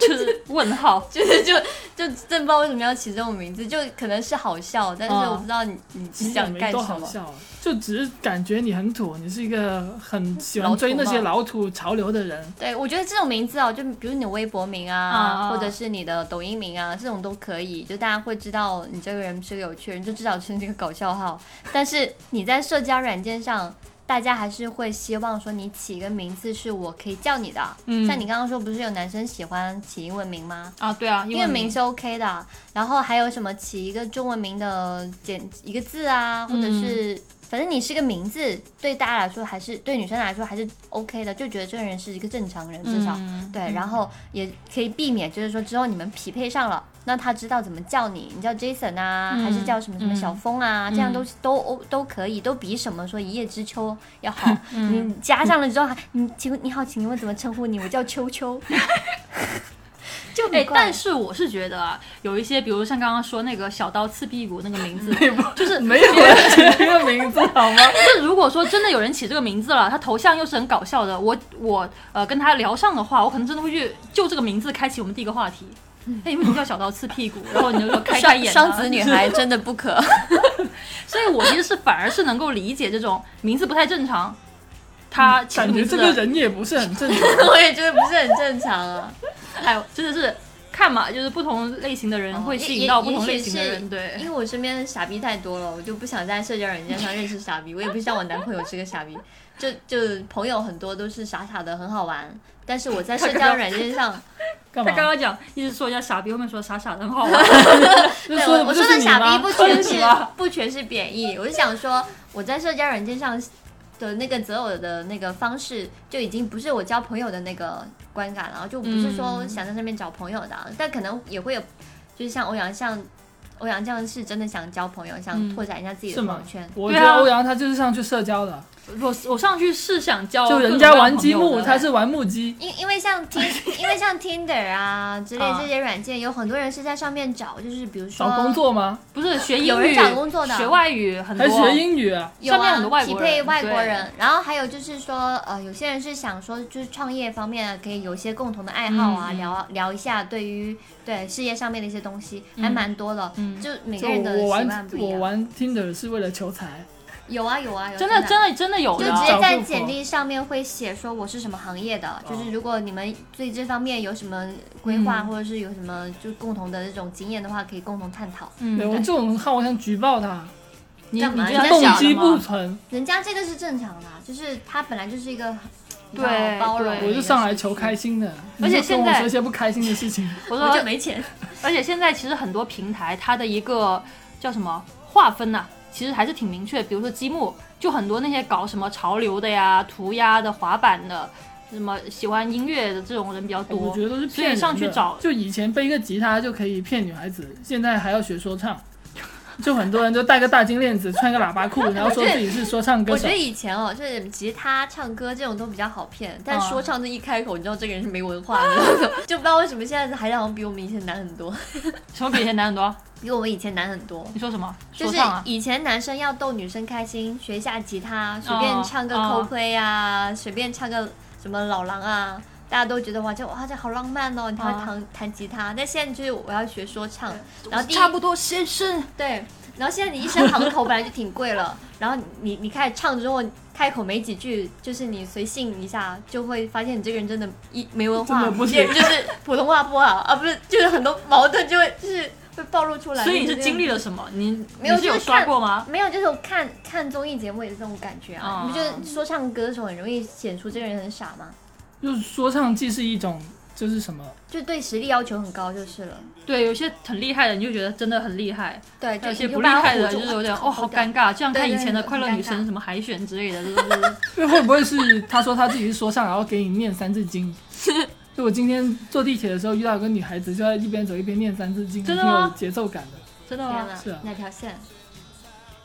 [SPEAKER 1] 就是问号，
[SPEAKER 2] 就是就就真不知道为什么要起这种名字，就可能是好笑，但是
[SPEAKER 1] 嗯
[SPEAKER 2] 我不知道你、你
[SPEAKER 3] 其实
[SPEAKER 2] 想
[SPEAKER 3] 也没
[SPEAKER 2] 干
[SPEAKER 3] 多
[SPEAKER 2] 什
[SPEAKER 3] 好
[SPEAKER 2] 么。
[SPEAKER 3] 笑，啊就只是感觉你很土，你是一个很喜
[SPEAKER 2] 老
[SPEAKER 3] 欢
[SPEAKER 2] 土
[SPEAKER 3] 追那些
[SPEAKER 2] 吗
[SPEAKER 3] 老土潮流的
[SPEAKER 2] [laughs]
[SPEAKER 3] 人。
[SPEAKER 2] 对，我觉得这种名字哦，就比如你的微博名
[SPEAKER 1] 啊
[SPEAKER 2] 啊，或者是你的抖音名啊，这种都可以，就大家会知道你这个人是个有趣人，就至少是一个搞笑号。但是你在社交软件上，大家还是会希望说你起一个名字是我可以叫你的。
[SPEAKER 1] 嗯
[SPEAKER 2] 像你刚刚说，不是有男生喜欢起英文名吗？
[SPEAKER 1] 啊，对啊，英
[SPEAKER 2] 英文
[SPEAKER 1] 文
[SPEAKER 2] 名是 OK 的，然后还有什么起一个中文名的简一个字啊，或者是、
[SPEAKER 1] 嗯
[SPEAKER 2] 反正你是个名字，对大家来说还是对女生来说还是 OK 的，就觉得这个人是一个正常人，至少、
[SPEAKER 1] 嗯
[SPEAKER 2] 对，然后也可以避免，就是说之后你们匹配上了，那他知道怎么叫你，你叫 Jason 啊，
[SPEAKER 1] 嗯
[SPEAKER 2] 还是叫什么什么小峰啊，
[SPEAKER 1] 嗯
[SPEAKER 2] 这样都都都可以，都比什么说一叶知秋要好。
[SPEAKER 1] 嗯
[SPEAKER 2] 你加上了之后，还你请问你好，请问怎么称呼你？我叫
[SPEAKER 1] [laughs]
[SPEAKER 2] 秋秋，就
[SPEAKER 1] 哎
[SPEAKER 2] 很，怪
[SPEAKER 1] 但是我是觉得啊，有一些，比如像刚刚说那个小刀刺屁股那个名
[SPEAKER 2] [laughs]
[SPEAKER 1] 字，就是
[SPEAKER 3] 没有人起这个名字好吗？
[SPEAKER 1] 就是如果说真的有人起这个名字了，他头像又是很搞笑的，我我呃跟他聊上的话，我可能真的会去就这个名字开启我们第一个话题。哎，你为什么叫小刀刺屁股？然后你就说开开
[SPEAKER 2] 双
[SPEAKER 1] 眼、啊，
[SPEAKER 2] 双嗯子女孩真的
[SPEAKER 1] [laughs]
[SPEAKER 2] 不可。
[SPEAKER 1] 所以我其实是反而是能够理解这种名字不太正
[SPEAKER 2] 嗯
[SPEAKER 1] 常，他起
[SPEAKER 3] [laughs] 感觉
[SPEAKER 1] 名
[SPEAKER 3] 这
[SPEAKER 1] 字
[SPEAKER 3] 个
[SPEAKER 1] 的，
[SPEAKER 3] 人也不是
[SPEAKER 2] [laughs]
[SPEAKER 3] 很正常。
[SPEAKER 2] 我也觉得不是很正常啊。
[SPEAKER 1] 哎呦，真的是看嘛，就是不同类型的人会
[SPEAKER 2] 也
[SPEAKER 1] 吸
[SPEAKER 2] 也
[SPEAKER 1] 引到不
[SPEAKER 2] 哦也
[SPEAKER 1] 同
[SPEAKER 2] 许
[SPEAKER 1] 类型的
[SPEAKER 2] 是
[SPEAKER 1] 人，
[SPEAKER 2] 因
[SPEAKER 1] 对。
[SPEAKER 2] 为我身边的傻逼太多了，我就不想在社交软件上认识傻逼，我也不像我男朋友是个傻逼，就就朋友很多都是傻傻的，很好玩。但是我在社交软件上，
[SPEAKER 1] 他刚
[SPEAKER 3] 干嘛？
[SPEAKER 1] 刚讲一直说人家傻逼，后面说傻傻的，很好
[SPEAKER 3] [laughs]
[SPEAKER 1] 玩。
[SPEAKER 3] 那
[SPEAKER 2] 对
[SPEAKER 3] 说
[SPEAKER 2] 我
[SPEAKER 3] 的不
[SPEAKER 2] 我说
[SPEAKER 3] 就是
[SPEAKER 2] 的
[SPEAKER 3] 你
[SPEAKER 2] 傻
[SPEAKER 3] 吗
[SPEAKER 2] 逼？不全
[SPEAKER 1] 就是
[SPEAKER 2] 是
[SPEAKER 1] 你吗
[SPEAKER 2] 不全是贬义，我是想说我在社交软件上的那个择偶的那个方式，就已经不是我交朋友的那个观感了，就不是说
[SPEAKER 1] 嗯
[SPEAKER 2] 想在上面找朋友的啊，但可能也会有，就是像欧阳像。欧阳这样是真的想交朋友，想
[SPEAKER 1] 嗯
[SPEAKER 2] 拓展一下自己
[SPEAKER 3] 是
[SPEAKER 2] 的
[SPEAKER 3] 吗
[SPEAKER 2] 朋友圈。
[SPEAKER 3] 我
[SPEAKER 1] 对
[SPEAKER 3] 觉
[SPEAKER 1] 啊
[SPEAKER 3] 得欧阳他就是上去社交的，
[SPEAKER 1] 我我上去是想
[SPEAKER 2] 哦
[SPEAKER 1] 交，
[SPEAKER 3] 就人家玩积木，他是玩木鸡。
[SPEAKER 2] 因因为
[SPEAKER 3] [laughs]
[SPEAKER 2] 像听，因为像 Tinder 啊之类
[SPEAKER 1] 啊
[SPEAKER 2] 这些软件，有很多人是在上面找，就是比如说
[SPEAKER 3] 找工，作吗？
[SPEAKER 1] 不是学英语，
[SPEAKER 2] 有人找工作的
[SPEAKER 1] 学外语很多，
[SPEAKER 3] 还学英语啊？
[SPEAKER 2] 有啊
[SPEAKER 1] 上面很多外国
[SPEAKER 2] 匹
[SPEAKER 1] 人
[SPEAKER 2] 配外国
[SPEAKER 1] 对
[SPEAKER 2] 人，然后还有就是说，呃，有些人是想说，就是创业方面啊可以有一些共同的爱好啊，
[SPEAKER 1] 嗯嗯
[SPEAKER 2] 聊聊一下对于对事业上面的一些东西，
[SPEAKER 1] 嗯
[SPEAKER 2] 还蛮多的。
[SPEAKER 1] 嗯
[SPEAKER 2] 就每
[SPEAKER 3] 就
[SPEAKER 2] 个人的
[SPEAKER 3] 我
[SPEAKER 2] 习
[SPEAKER 3] 玩
[SPEAKER 2] 惯不一
[SPEAKER 3] 我
[SPEAKER 2] 样。
[SPEAKER 3] 玩 Tinder 是为了求财，
[SPEAKER 2] 有啊有啊有，
[SPEAKER 1] 真的真的真的有
[SPEAKER 2] 就
[SPEAKER 1] 的
[SPEAKER 2] 直
[SPEAKER 1] 啊，
[SPEAKER 2] 接
[SPEAKER 3] 找
[SPEAKER 2] 在
[SPEAKER 3] 富婆
[SPEAKER 2] 简历上面会写说我是什么行业的，就是如果你们对这方面有什么规
[SPEAKER 1] 哦
[SPEAKER 2] 划，
[SPEAKER 1] 嗯
[SPEAKER 2] 或者是有什么就共同的这种经验的话，可以共同探讨。
[SPEAKER 3] 对我
[SPEAKER 1] 嗯，
[SPEAKER 3] 这种号我想举报他，
[SPEAKER 1] 你
[SPEAKER 2] 干
[SPEAKER 1] 你
[SPEAKER 2] 嘛
[SPEAKER 1] 这
[SPEAKER 2] 人家
[SPEAKER 1] 样
[SPEAKER 2] 小
[SPEAKER 3] 动
[SPEAKER 1] 想
[SPEAKER 3] 机
[SPEAKER 1] 的
[SPEAKER 3] 不
[SPEAKER 1] 吗？
[SPEAKER 3] 纯，
[SPEAKER 2] 人家这个是正常的啊，就是他本来就是一个
[SPEAKER 1] 对
[SPEAKER 2] 很包容的一个社区，
[SPEAKER 1] 对
[SPEAKER 3] 我就上来求开心的。
[SPEAKER 1] 而且
[SPEAKER 3] 你就跟
[SPEAKER 1] 现
[SPEAKER 3] 我
[SPEAKER 1] 在
[SPEAKER 3] 说一些不开心的事情，
[SPEAKER 1] 我
[SPEAKER 2] 我
[SPEAKER 1] 说
[SPEAKER 2] 就没钱。
[SPEAKER 1] 而且现在其实很多平台它的一个叫什么划分呐、其实还是挺明确。比如说积木，就很多那些搞什么潮流的呀、涂鸦的、滑板的，什么喜欢音乐的这种人比较
[SPEAKER 3] 哎我
[SPEAKER 1] 多
[SPEAKER 3] 觉。得都是骗人的
[SPEAKER 1] 所以上去找
[SPEAKER 3] 就以前背个吉他就可以骗女孩子，现在还要学说唱。就很多人就戴个大金链子，穿个喇叭裤，然后说自己是说唱
[SPEAKER 2] [laughs]
[SPEAKER 3] 歌
[SPEAKER 2] 我
[SPEAKER 3] 手
[SPEAKER 2] 觉得。以前哦，就是吉他、唱歌这种都比较好骗，但
[SPEAKER 1] 啊
[SPEAKER 2] 说唱这一开口，你知道这个人是没文化的， [laughs] 就不知道为什么现在好像比我们以前难很多， [laughs]
[SPEAKER 1] 什么比以前难很多？啊
[SPEAKER 2] 比我们以前难很多。
[SPEAKER 1] 你说什么？嗯
[SPEAKER 2] 就
[SPEAKER 1] 说
[SPEAKER 2] 是
[SPEAKER 1] 唱啊？
[SPEAKER 2] 以前男生要逗女生开心，学一下吉他，随便唱个
[SPEAKER 1] 哦
[SPEAKER 2] Coldplay 啊，随便唱个什么老狼啊，大家都觉得哇，这哇这好浪漫哦，你还
[SPEAKER 1] 哦
[SPEAKER 2] 会弹弹吉他。但现在就是我要学说唱，然后第一
[SPEAKER 1] 差不多，先生。
[SPEAKER 2] 对，然后现在你一身行头本来就挺贵了， [laughs] 然后你你开始唱之后，开口没几句，就是你随性一下，就会发现你这个人真的一没文化，
[SPEAKER 3] 真的不行
[SPEAKER 2] 也 [laughs] 就是普通话不好啊，不是，就是很多矛盾就会就是会暴露出来。
[SPEAKER 1] 所以你
[SPEAKER 2] 就是这
[SPEAKER 1] 经
[SPEAKER 2] 样
[SPEAKER 1] 历了什么？你
[SPEAKER 2] 没有
[SPEAKER 1] 你是有
[SPEAKER 2] 就是
[SPEAKER 1] 刷
[SPEAKER 2] 看
[SPEAKER 1] 过吗？
[SPEAKER 2] 没有，就是我看看综艺节目也是这种感觉
[SPEAKER 1] 哦
[SPEAKER 2] 啊，你不觉得说唱歌手很容易显出这个人很傻吗？
[SPEAKER 3] 就是说唱既是一种，就是什么
[SPEAKER 2] 就对实力要求很高就是了。
[SPEAKER 1] 对，有些很厉害的，你就觉得真的很厉害；，
[SPEAKER 2] 对，就
[SPEAKER 1] 有些
[SPEAKER 2] 你就
[SPEAKER 1] 不厉
[SPEAKER 2] 把他
[SPEAKER 1] 害的，
[SPEAKER 2] 唬住
[SPEAKER 1] 就是
[SPEAKER 2] [laughs]
[SPEAKER 1] 有点
[SPEAKER 2] 哇
[SPEAKER 1] 哦，好
[SPEAKER 2] 屌
[SPEAKER 1] 尴尬。就像
[SPEAKER 2] 对
[SPEAKER 1] 看以
[SPEAKER 2] 对
[SPEAKER 1] 前的
[SPEAKER 2] 很
[SPEAKER 1] 快乐
[SPEAKER 2] 尴
[SPEAKER 1] 女神
[SPEAKER 2] 尬
[SPEAKER 1] 什么海选之类
[SPEAKER 2] [laughs]
[SPEAKER 1] 的，就是
[SPEAKER 3] 就会不会是他说他自己是说唱，然后给你念三字经？就我今天坐地铁的时候遇到一个女孩子，就在一边走一边念三字经，
[SPEAKER 1] 真的
[SPEAKER 3] 挺有
[SPEAKER 1] 吗啊
[SPEAKER 3] 节奏感的。
[SPEAKER 1] 真的
[SPEAKER 2] 天啊
[SPEAKER 1] 吗？
[SPEAKER 2] 哪
[SPEAKER 3] 是啊
[SPEAKER 2] 哪条线？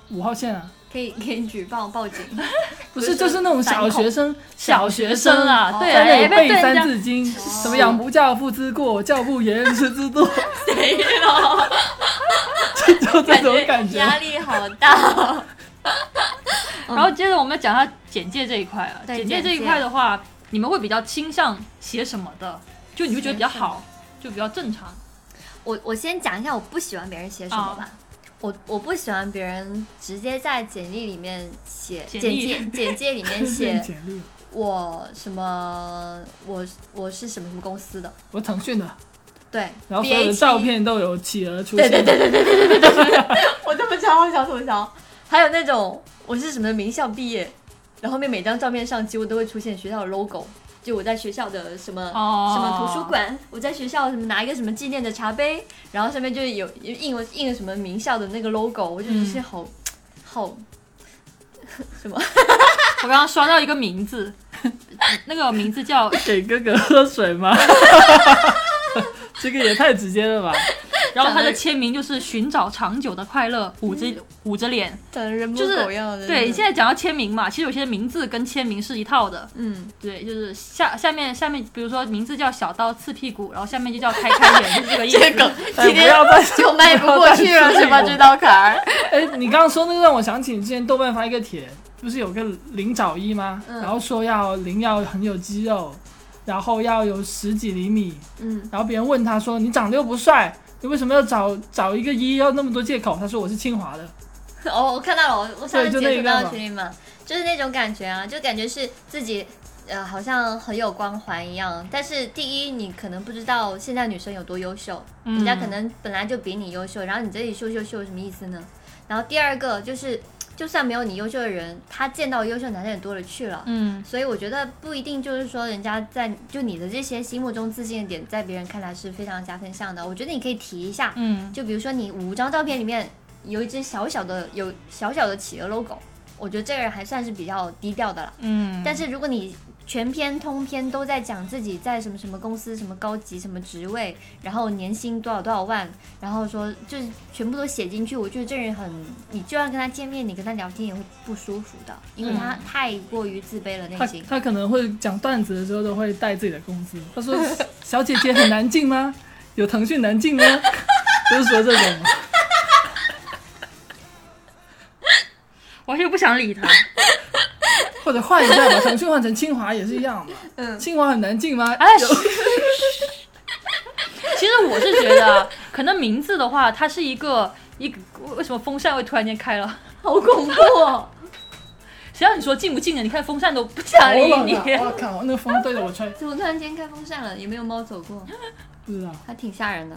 [SPEAKER 3] 五号线啊，
[SPEAKER 2] 可以可以举报报警，
[SPEAKER 1] [laughs]
[SPEAKER 3] 不是就是那种小学生小学
[SPEAKER 1] 生
[SPEAKER 3] 啊，
[SPEAKER 1] 啊，对，
[SPEAKER 3] 在那里
[SPEAKER 1] 哎被
[SPEAKER 3] 背
[SPEAKER 1] 对人
[SPEAKER 3] 三
[SPEAKER 1] 家
[SPEAKER 3] 字经，什么养不教父之过，教不严师之惰，
[SPEAKER 2] 谁了？
[SPEAKER 3] [laughs] 就这种感觉。
[SPEAKER 2] 压力好大。
[SPEAKER 1] 然后接着我们讲一下简介这一块啊，
[SPEAKER 2] 嗯对
[SPEAKER 1] 简介这一块的话，你们会比较倾向写什么的？就你会觉得比较好，就比较正常。
[SPEAKER 2] 我我先讲一下我不喜欢别人写什么吧。我我不喜欢别人直接在简历里面写简
[SPEAKER 1] 简历
[SPEAKER 2] [laughs] 介简介里面
[SPEAKER 3] 推荐
[SPEAKER 2] 写
[SPEAKER 3] 简历，
[SPEAKER 2] 我什么我我是什么什么公司的，
[SPEAKER 3] 我腾讯的，
[SPEAKER 2] 对，E
[SPEAKER 3] 然后所有的
[SPEAKER 2] BAT
[SPEAKER 3] 照片都有企鹅出现，
[SPEAKER 2] 对对 [laughs] 我都不知道我想吐槽。还有那种我是什么名校毕业，然后后面每张照片上几乎都会出现学校的 logo，就我在学校的什么、
[SPEAKER 1] 哦
[SPEAKER 2] 什么图书馆，我在学校什么拿一个什么纪念的茶杯，然后上面就有印了印了什么名校的那个 logo，我就觉得是好、好
[SPEAKER 1] [laughs] 我刚刚刷到一个名字，那个名字
[SPEAKER 2] [laughs]
[SPEAKER 1] 叫，
[SPEAKER 3] 给哥哥喝水吗？ [laughs] 这个也太直接了吧！
[SPEAKER 1] 然后他的签名就是“寻找长久的快乐”，捂着
[SPEAKER 2] 嗯
[SPEAKER 1] 捂着脸。
[SPEAKER 2] 长得人模
[SPEAKER 1] 就是
[SPEAKER 2] 狗样的那种。
[SPEAKER 1] 对，现在讲到签名嘛，其实有些名字跟签名是一套的。
[SPEAKER 2] 嗯，
[SPEAKER 1] 对，就是下下面下面，比如说名字叫小刀刺屁股，然后下面就叫开开眼， [laughs] 就是这个意思。
[SPEAKER 3] 哎不要再
[SPEAKER 2] 就迈不过去了，是吧？这道坎 [laughs] 儿。
[SPEAKER 3] 哎，你刚刚说那个让我想起之前豆瓣发一个帖，不是有个零找一吗？
[SPEAKER 2] 嗯
[SPEAKER 3] 然后说要零要很有肌肉，然后要有十几厘米，
[SPEAKER 2] 嗯，
[SPEAKER 3] 然后别人问他说你长得又不帅，你为什么要找找一个一要那么多借口？他说我是清华的，
[SPEAKER 2] 哦，我看到了，我我上
[SPEAKER 3] 对
[SPEAKER 2] 次
[SPEAKER 3] 就那
[SPEAKER 2] 截
[SPEAKER 3] 一
[SPEAKER 2] 图
[SPEAKER 3] 个
[SPEAKER 2] 到
[SPEAKER 3] 嘛
[SPEAKER 2] 群里嘛，就是那种感觉啊，就感觉是自己。呃，好像很有光环一样，但是第一，你可能不知道现在女生有多优秀，
[SPEAKER 1] 嗯
[SPEAKER 2] 人家可能本来就比你优秀，然后你这里秀秀秀有什么意思呢？然后第二个就是，就算没有你优秀的人，他见到优秀男生也多了去了，
[SPEAKER 1] 嗯，
[SPEAKER 2] 所以我觉得不一定就是说人家在就你的这些心目中自信的点，在别人看来是非常加分项的。我觉得你可以提一下，
[SPEAKER 1] 嗯，
[SPEAKER 2] 就比如说你五张照片里面有一只小小的有小小的企鹅 logo，我觉得这个人还算是比较低调的了。
[SPEAKER 1] 嗯，
[SPEAKER 2] 但是如果你全篇通篇都在讲自己在什么什么公司、什么高级、什么职位，然后年薪多少多少万，然后说就是全部都写进去，我觉得这人很，你就算跟他见面，你跟他聊天也会不舒服的，因为他太过于自卑了内
[SPEAKER 3] 他
[SPEAKER 2] 心。
[SPEAKER 3] 他可能会讲段子的时候都会带自己的工资。他说小姐姐很难进吗？有腾讯难进吗？ [laughs] 都是说这种嘛。
[SPEAKER 1] 我是不想理
[SPEAKER 2] [laughs]
[SPEAKER 1] 他。
[SPEAKER 3] 或者换一下吧，腾讯换成清华也是一样嘛。
[SPEAKER 2] 嗯
[SPEAKER 3] 清华很难进吗？
[SPEAKER 1] 哎，嘘 [laughs] 其实我是觉得啊，可能名字的话，它是一个一个为什么风扇会突然间开了？
[SPEAKER 2] 好恐怖哦！
[SPEAKER 1] [laughs] 谁让你说进不进的？你看风扇都不想理
[SPEAKER 3] 好冷
[SPEAKER 1] 你。
[SPEAKER 3] 啊！我靠，那风对着我吹，
[SPEAKER 2] 怎么突然间开风扇了？有没有猫走 [laughs] 过？
[SPEAKER 3] 不知道。
[SPEAKER 2] 还挺吓人的。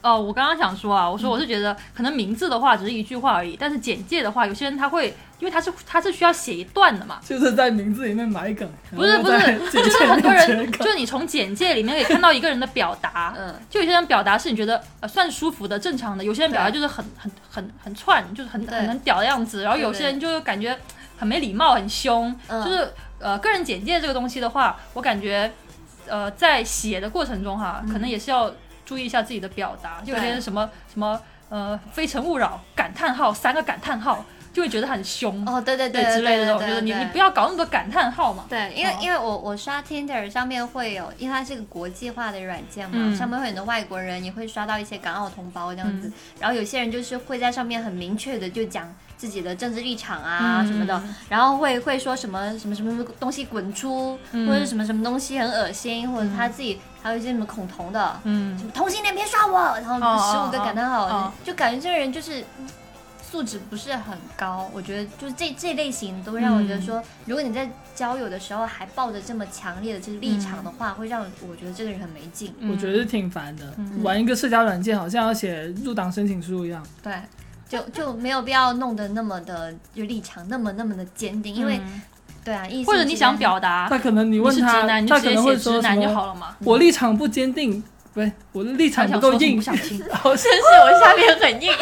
[SPEAKER 1] 哦，我刚刚想说啊，我
[SPEAKER 2] 嗯
[SPEAKER 1] 说我是觉得，可能名字的话只是一句话而已，但是简介的话，有些人他会，因为他是他是需要写一段的嘛。
[SPEAKER 3] 就是在名字里面埋梗，
[SPEAKER 1] 不是
[SPEAKER 3] 然后
[SPEAKER 1] 不
[SPEAKER 2] 哦
[SPEAKER 1] 是
[SPEAKER 3] 在，简
[SPEAKER 1] 就
[SPEAKER 3] 介
[SPEAKER 1] 是很
[SPEAKER 3] 里
[SPEAKER 1] 多
[SPEAKER 3] 面
[SPEAKER 1] 人，
[SPEAKER 3] 截
[SPEAKER 1] 就
[SPEAKER 3] 梗
[SPEAKER 1] 是你从简介里面可以看到一个人的表达，
[SPEAKER 2] [laughs] 嗯，
[SPEAKER 1] 就有些人表达是你觉得呃算舒服的、正常的，有些人表达
[SPEAKER 2] 对
[SPEAKER 1] 就是很很很很串，就是很
[SPEAKER 2] 对
[SPEAKER 1] 很很屌的样子，然后
[SPEAKER 2] 对
[SPEAKER 1] 有
[SPEAKER 2] 对
[SPEAKER 1] 些人就感觉很没礼貌、很凶，
[SPEAKER 2] 嗯
[SPEAKER 1] 就是呃个人简介这个东西的话，我感觉呃在写的过程中哈，可能也是要注意一下自己的表达，就有些
[SPEAKER 2] 嗯对
[SPEAKER 1] 人什么什么呃“非诚勿扰”感叹号三个感叹号，就会觉得很凶。
[SPEAKER 2] 哦，对对
[SPEAKER 1] 对
[SPEAKER 2] 对
[SPEAKER 1] 之类的
[SPEAKER 2] 对
[SPEAKER 1] 东西，我觉得你
[SPEAKER 2] 对
[SPEAKER 1] 你不要搞那么多感叹号嘛。
[SPEAKER 2] 对，因为
[SPEAKER 1] 哦
[SPEAKER 2] 因为我我刷 Tinder 上面会有，因为它是个国际化的软件嘛，
[SPEAKER 1] 嗯
[SPEAKER 2] 上面会有很多外国人，也会刷到一些港澳同胞这样子。
[SPEAKER 1] 嗯
[SPEAKER 2] 然后有些人就是会在上面很明确的就讲自己的政治立场啊
[SPEAKER 1] 嗯
[SPEAKER 2] 什么的，然后会会说什么什么什么东西滚出，
[SPEAKER 1] 嗯
[SPEAKER 2] 或者是什么什么东西很恶心，或者他自己还有一些什么恐同的，
[SPEAKER 1] 嗯
[SPEAKER 2] 什，么同性恋别刷我，然后
[SPEAKER 1] 哦
[SPEAKER 2] 十五个感叹号，
[SPEAKER 1] 哦
[SPEAKER 2] 就感觉这个人就是嗯素质不是很高。我觉得就是这这类型都会让我觉得
[SPEAKER 1] 嗯
[SPEAKER 2] 说，如果你在交友的时候还抱着这么强烈的这个立场的话，会让我觉得这个人很没劲。
[SPEAKER 1] 嗯
[SPEAKER 3] 我觉得挺烦的。
[SPEAKER 1] 嗯
[SPEAKER 3] 玩一个社交软件，好像要写入党申请书一样。
[SPEAKER 2] 对，就就没有必要弄得那么的就立场那么那么的坚定，因为、
[SPEAKER 1] 嗯
[SPEAKER 2] 对啊，异性
[SPEAKER 1] 或者你
[SPEAKER 2] 之间
[SPEAKER 1] 想表达
[SPEAKER 3] 他可能你
[SPEAKER 1] 啊你
[SPEAKER 3] 问
[SPEAKER 1] 是直
[SPEAKER 3] 他，
[SPEAKER 1] 男，你就
[SPEAKER 3] 他
[SPEAKER 1] 直
[SPEAKER 3] 可
[SPEAKER 1] 接
[SPEAKER 3] 能会
[SPEAKER 1] 写
[SPEAKER 3] 说
[SPEAKER 1] 直
[SPEAKER 3] 什
[SPEAKER 1] 男就
[SPEAKER 3] 么？
[SPEAKER 1] 好了
[SPEAKER 2] [laughs]
[SPEAKER 1] 嘛。
[SPEAKER 3] 我立场不坚定，不是我的立场不
[SPEAKER 1] 想
[SPEAKER 3] 够
[SPEAKER 1] 说什么
[SPEAKER 3] 硬
[SPEAKER 1] 不。想听。
[SPEAKER 3] 然后
[SPEAKER 2] 但是 [laughs] 我下面很硬。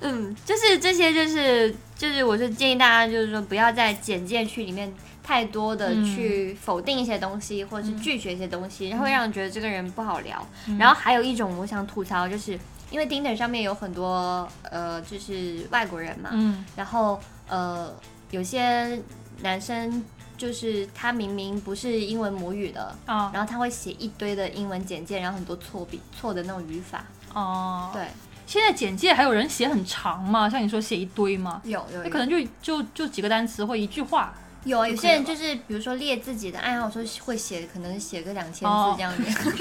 [SPEAKER 2] 嗯，就是这些，就是就是，我是建议大家，就是说不要在简介区里面太多的
[SPEAKER 1] 嗯
[SPEAKER 2] 去否定一些东西，
[SPEAKER 1] 嗯
[SPEAKER 2] 或者是拒绝一些东西，然后会让人觉得这个人不好聊。然后还有一种我想吐槽，就是因为 Tinder 上面有很多呃，就是外国人嘛，
[SPEAKER 1] 嗯
[SPEAKER 2] 然后呃，有些男生就是他明明不是英文母语的， [laughs]
[SPEAKER 1] 啊
[SPEAKER 2] 然后他会写一堆的英文简介，然后很多错笔错的那种语法。
[SPEAKER 1] 哦，，
[SPEAKER 2] 对，
[SPEAKER 1] 现在简介还有人写很长吗？像你说写一堆吗？
[SPEAKER 2] 有有
[SPEAKER 1] 那可能就就就几个单词或一句话，
[SPEAKER 2] 有啊，
[SPEAKER 1] 就可
[SPEAKER 2] 有
[SPEAKER 1] 以
[SPEAKER 2] 些人
[SPEAKER 1] 了
[SPEAKER 2] 就是比如说列自己的爱好，说会写，可能写个两千
[SPEAKER 1] 哦
[SPEAKER 2] 字这样子。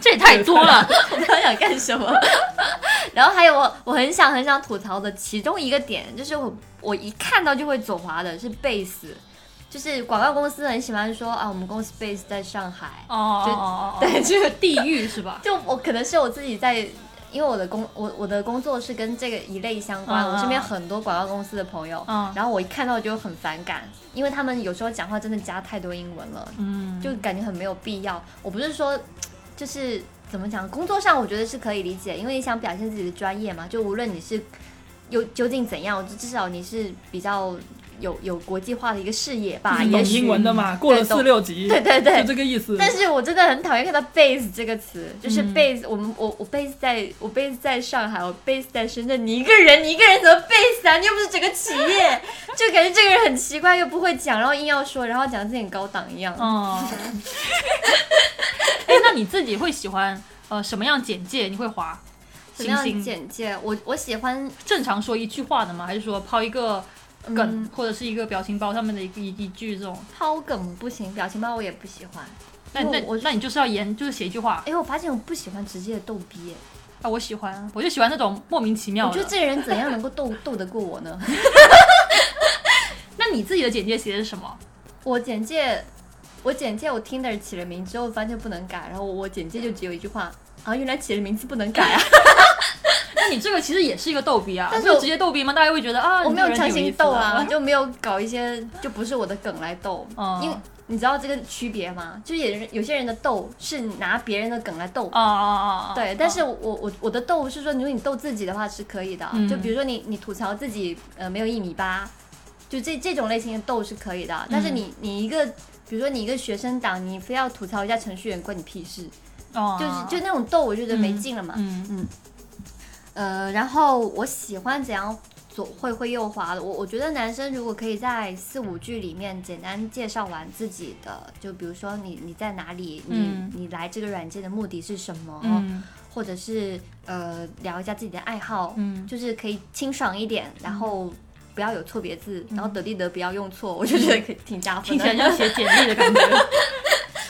[SPEAKER 1] 这也太多了。
[SPEAKER 2] 我不知道想干什么。 [laughs] 然后还有我我很想很想吐槽的其中一个点，就是我我一看到就会左滑的是 base，就是广告公司很喜欢说啊，我们公司 base 在上海。
[SPEAKER 1] 哦哦哦哦，
[SPEAKER 2] 对，
[SPEAKER 1] 这个地域是吧？
[SPEAKER 2] 就我可能是我自己在，因为我的工我我的工作是跟这个一类相关，
[SPEAKER 1] 嗯嗯
[SPEAKER 2] 我身边很多广告公司的朋友，
[SPEAKER 1] 嗯
[SPEAKER 2] 然后我一看到就很反感，因为他们有时候讲话真的加太多英文了，
[SPEAKER 1] 嗯，
[SPEAKER 2] 就感觉很没有必要。我不是说，就是怎么讲，工作上我觉得是可以理解，因为你想表现自己的专业嘛，就无论你是有究竟怎样，就至少你是比较有有国际化的一个视野吧，
[SPEAKER 3] 就是懂
[SPEAKER 1] [laughs]
[SPEAKER 2] 也许
[SPEAKER 3] 英文的嘛，过了
[SPEAKER 2] 对懂
[SPEAKER 3] 四六级，
[SPEAKER 2] 对对对
[SPEAKER 3] 就，这个意思。
[SPEAKER 2] 但是我真的很讨厌看到 base 这个词，就是
[SPEAKER 1] 嗯
[SPEAKER 2] base，、我们我我 base 在我 base 在上海，我 base 在深圳，你一个人你一个人怎么 base 啊？你又不是整个企业，就感觉这个人很奇怪，又不会讲，然后硬要说，然后讲得自己很高档一样。
[SPEAKER 1] 哦，哎，那你自己会喜欢呃什么样简介？你会划
[SPEAKER 2] 什
[SPEAKER 1] 星
[SPEAKER 2] 么样的
[SPEAKER 1] 星？
[SPEAKER 2] 简介？我我喜欢
[SPEAKER 1] 正常说一句话的吗？还是说抛一个梗、
[SPEAKER 2] 嗯
[SPEAKER 1] 或者是一个表情包上面的一个一一句这种？
[SPEAKER 2] 抛梗不行，表情包我也不喜欢，
[SPEAKER 1] 那
[SPEAKER 2] 因
[SPEAKER 1] 那
[SPEAKER 2] 为我
[SPEAKER 1] 那你就是要言，就是写一句话
[SPEAKER 2] 哎，我发现我不喜欢直接的逗逼耶，
[SPEAKER 1] 啊，我喜欢，我就喜欢那种莫名其妙
[SPEAKER 2] 我觉得
[SPEAKER 1] 的。
[SPEAKER 2] 这个人怎样能够逗 [laughs] 逗得过我呢？
[SPEAKER 1] 那你自己的简介写的是什么？
[SPEAKER 2] 我简介，我简介我 Tinder 起了名之后发现不能改，然后我简介就只有一句话。啊，原来起了名字不能改啊！
[SPEAKER 1] [laughs] 那你这个其实也是一个逗逼啊，
[SPEAKER 2] 但是
[SPEAKER 1] 就
[SPEAKER 2] 我
[SPEAKER 1] 直接逗逼吗？大家会觉得啊，
[SPEAKER 2] 我
[SPEAKER 1] 你
[SPEAKER 2] 没
[SPEAKER 1] 这个
[SPEAKER 2] 有
[SPEAKER 1] 人
[SPEAKER 2] 强
[SPEAKER 1] 挺有意
[SPEAKER 2] 行
[SPEAKER 1] 思
[SPEAKER 2] 逗
[SPEAKER 1] 的
[SPEAKER 2] 啊，就没有搞一些就不是我的梗来逗，
[SPEAKER 1] 哦
[SPEAKER 2] 因为你知道这个区别吗？就有人有些人的逗是拿别人的梗来逗，
[SPEAKER 1] 啊啊啊啊！
[SPEAKER 2] 对，
[SPEAKER 1] 啊
[SPEAKER 2] 但是我我我的逗是说，如果你逗自己的话是可以的，啊
[SPEAKER 1] 嗯
[SPEAKER 2] 就比如说你你吐槽自己呃没有一米八，就这这种类型的逗是可以的，啊但是
[SPEAKER 1] 嗯
[SPEAKER 2] 你你一个比如说你一个学生党，你非要吐槽一下程序员，关你屁事，
[SPEAKER 1] 哦
[SPEAKER 2] 就是就那种逗，我就觉得没劲了嘛。
[SPEAKER 1] 嗯
[SPEAKER 2] 呃，然后我喜欢怎样左会会右滑的，我我觉得男生如果可以在四五句里面简单介绍完自己的，就比如说你你在哪里，你、
[SPEAKER 1] 嗯
[SPEAKER 2] 你来这个软件的目的是什么，
[SPEAKER 1] 嗯
[SPEAKER 2] 或者是呃聊一下自己的爱好，
[SPEAKER 1] 嗯
[SPEAKER 2] 就是可以清爽一点，然后不要有错别字，
[SPEAKER 1] 嗯
[SPEAKER 2] 然后得地得不要用错， [laughs] 我就觉得可以挺加分
[SPEAKER 1] 听起来
[SPEAKER 2] 的。
[SPEAKER 1] 像写简历的感觉。
[SPEAKER 2] [laughs]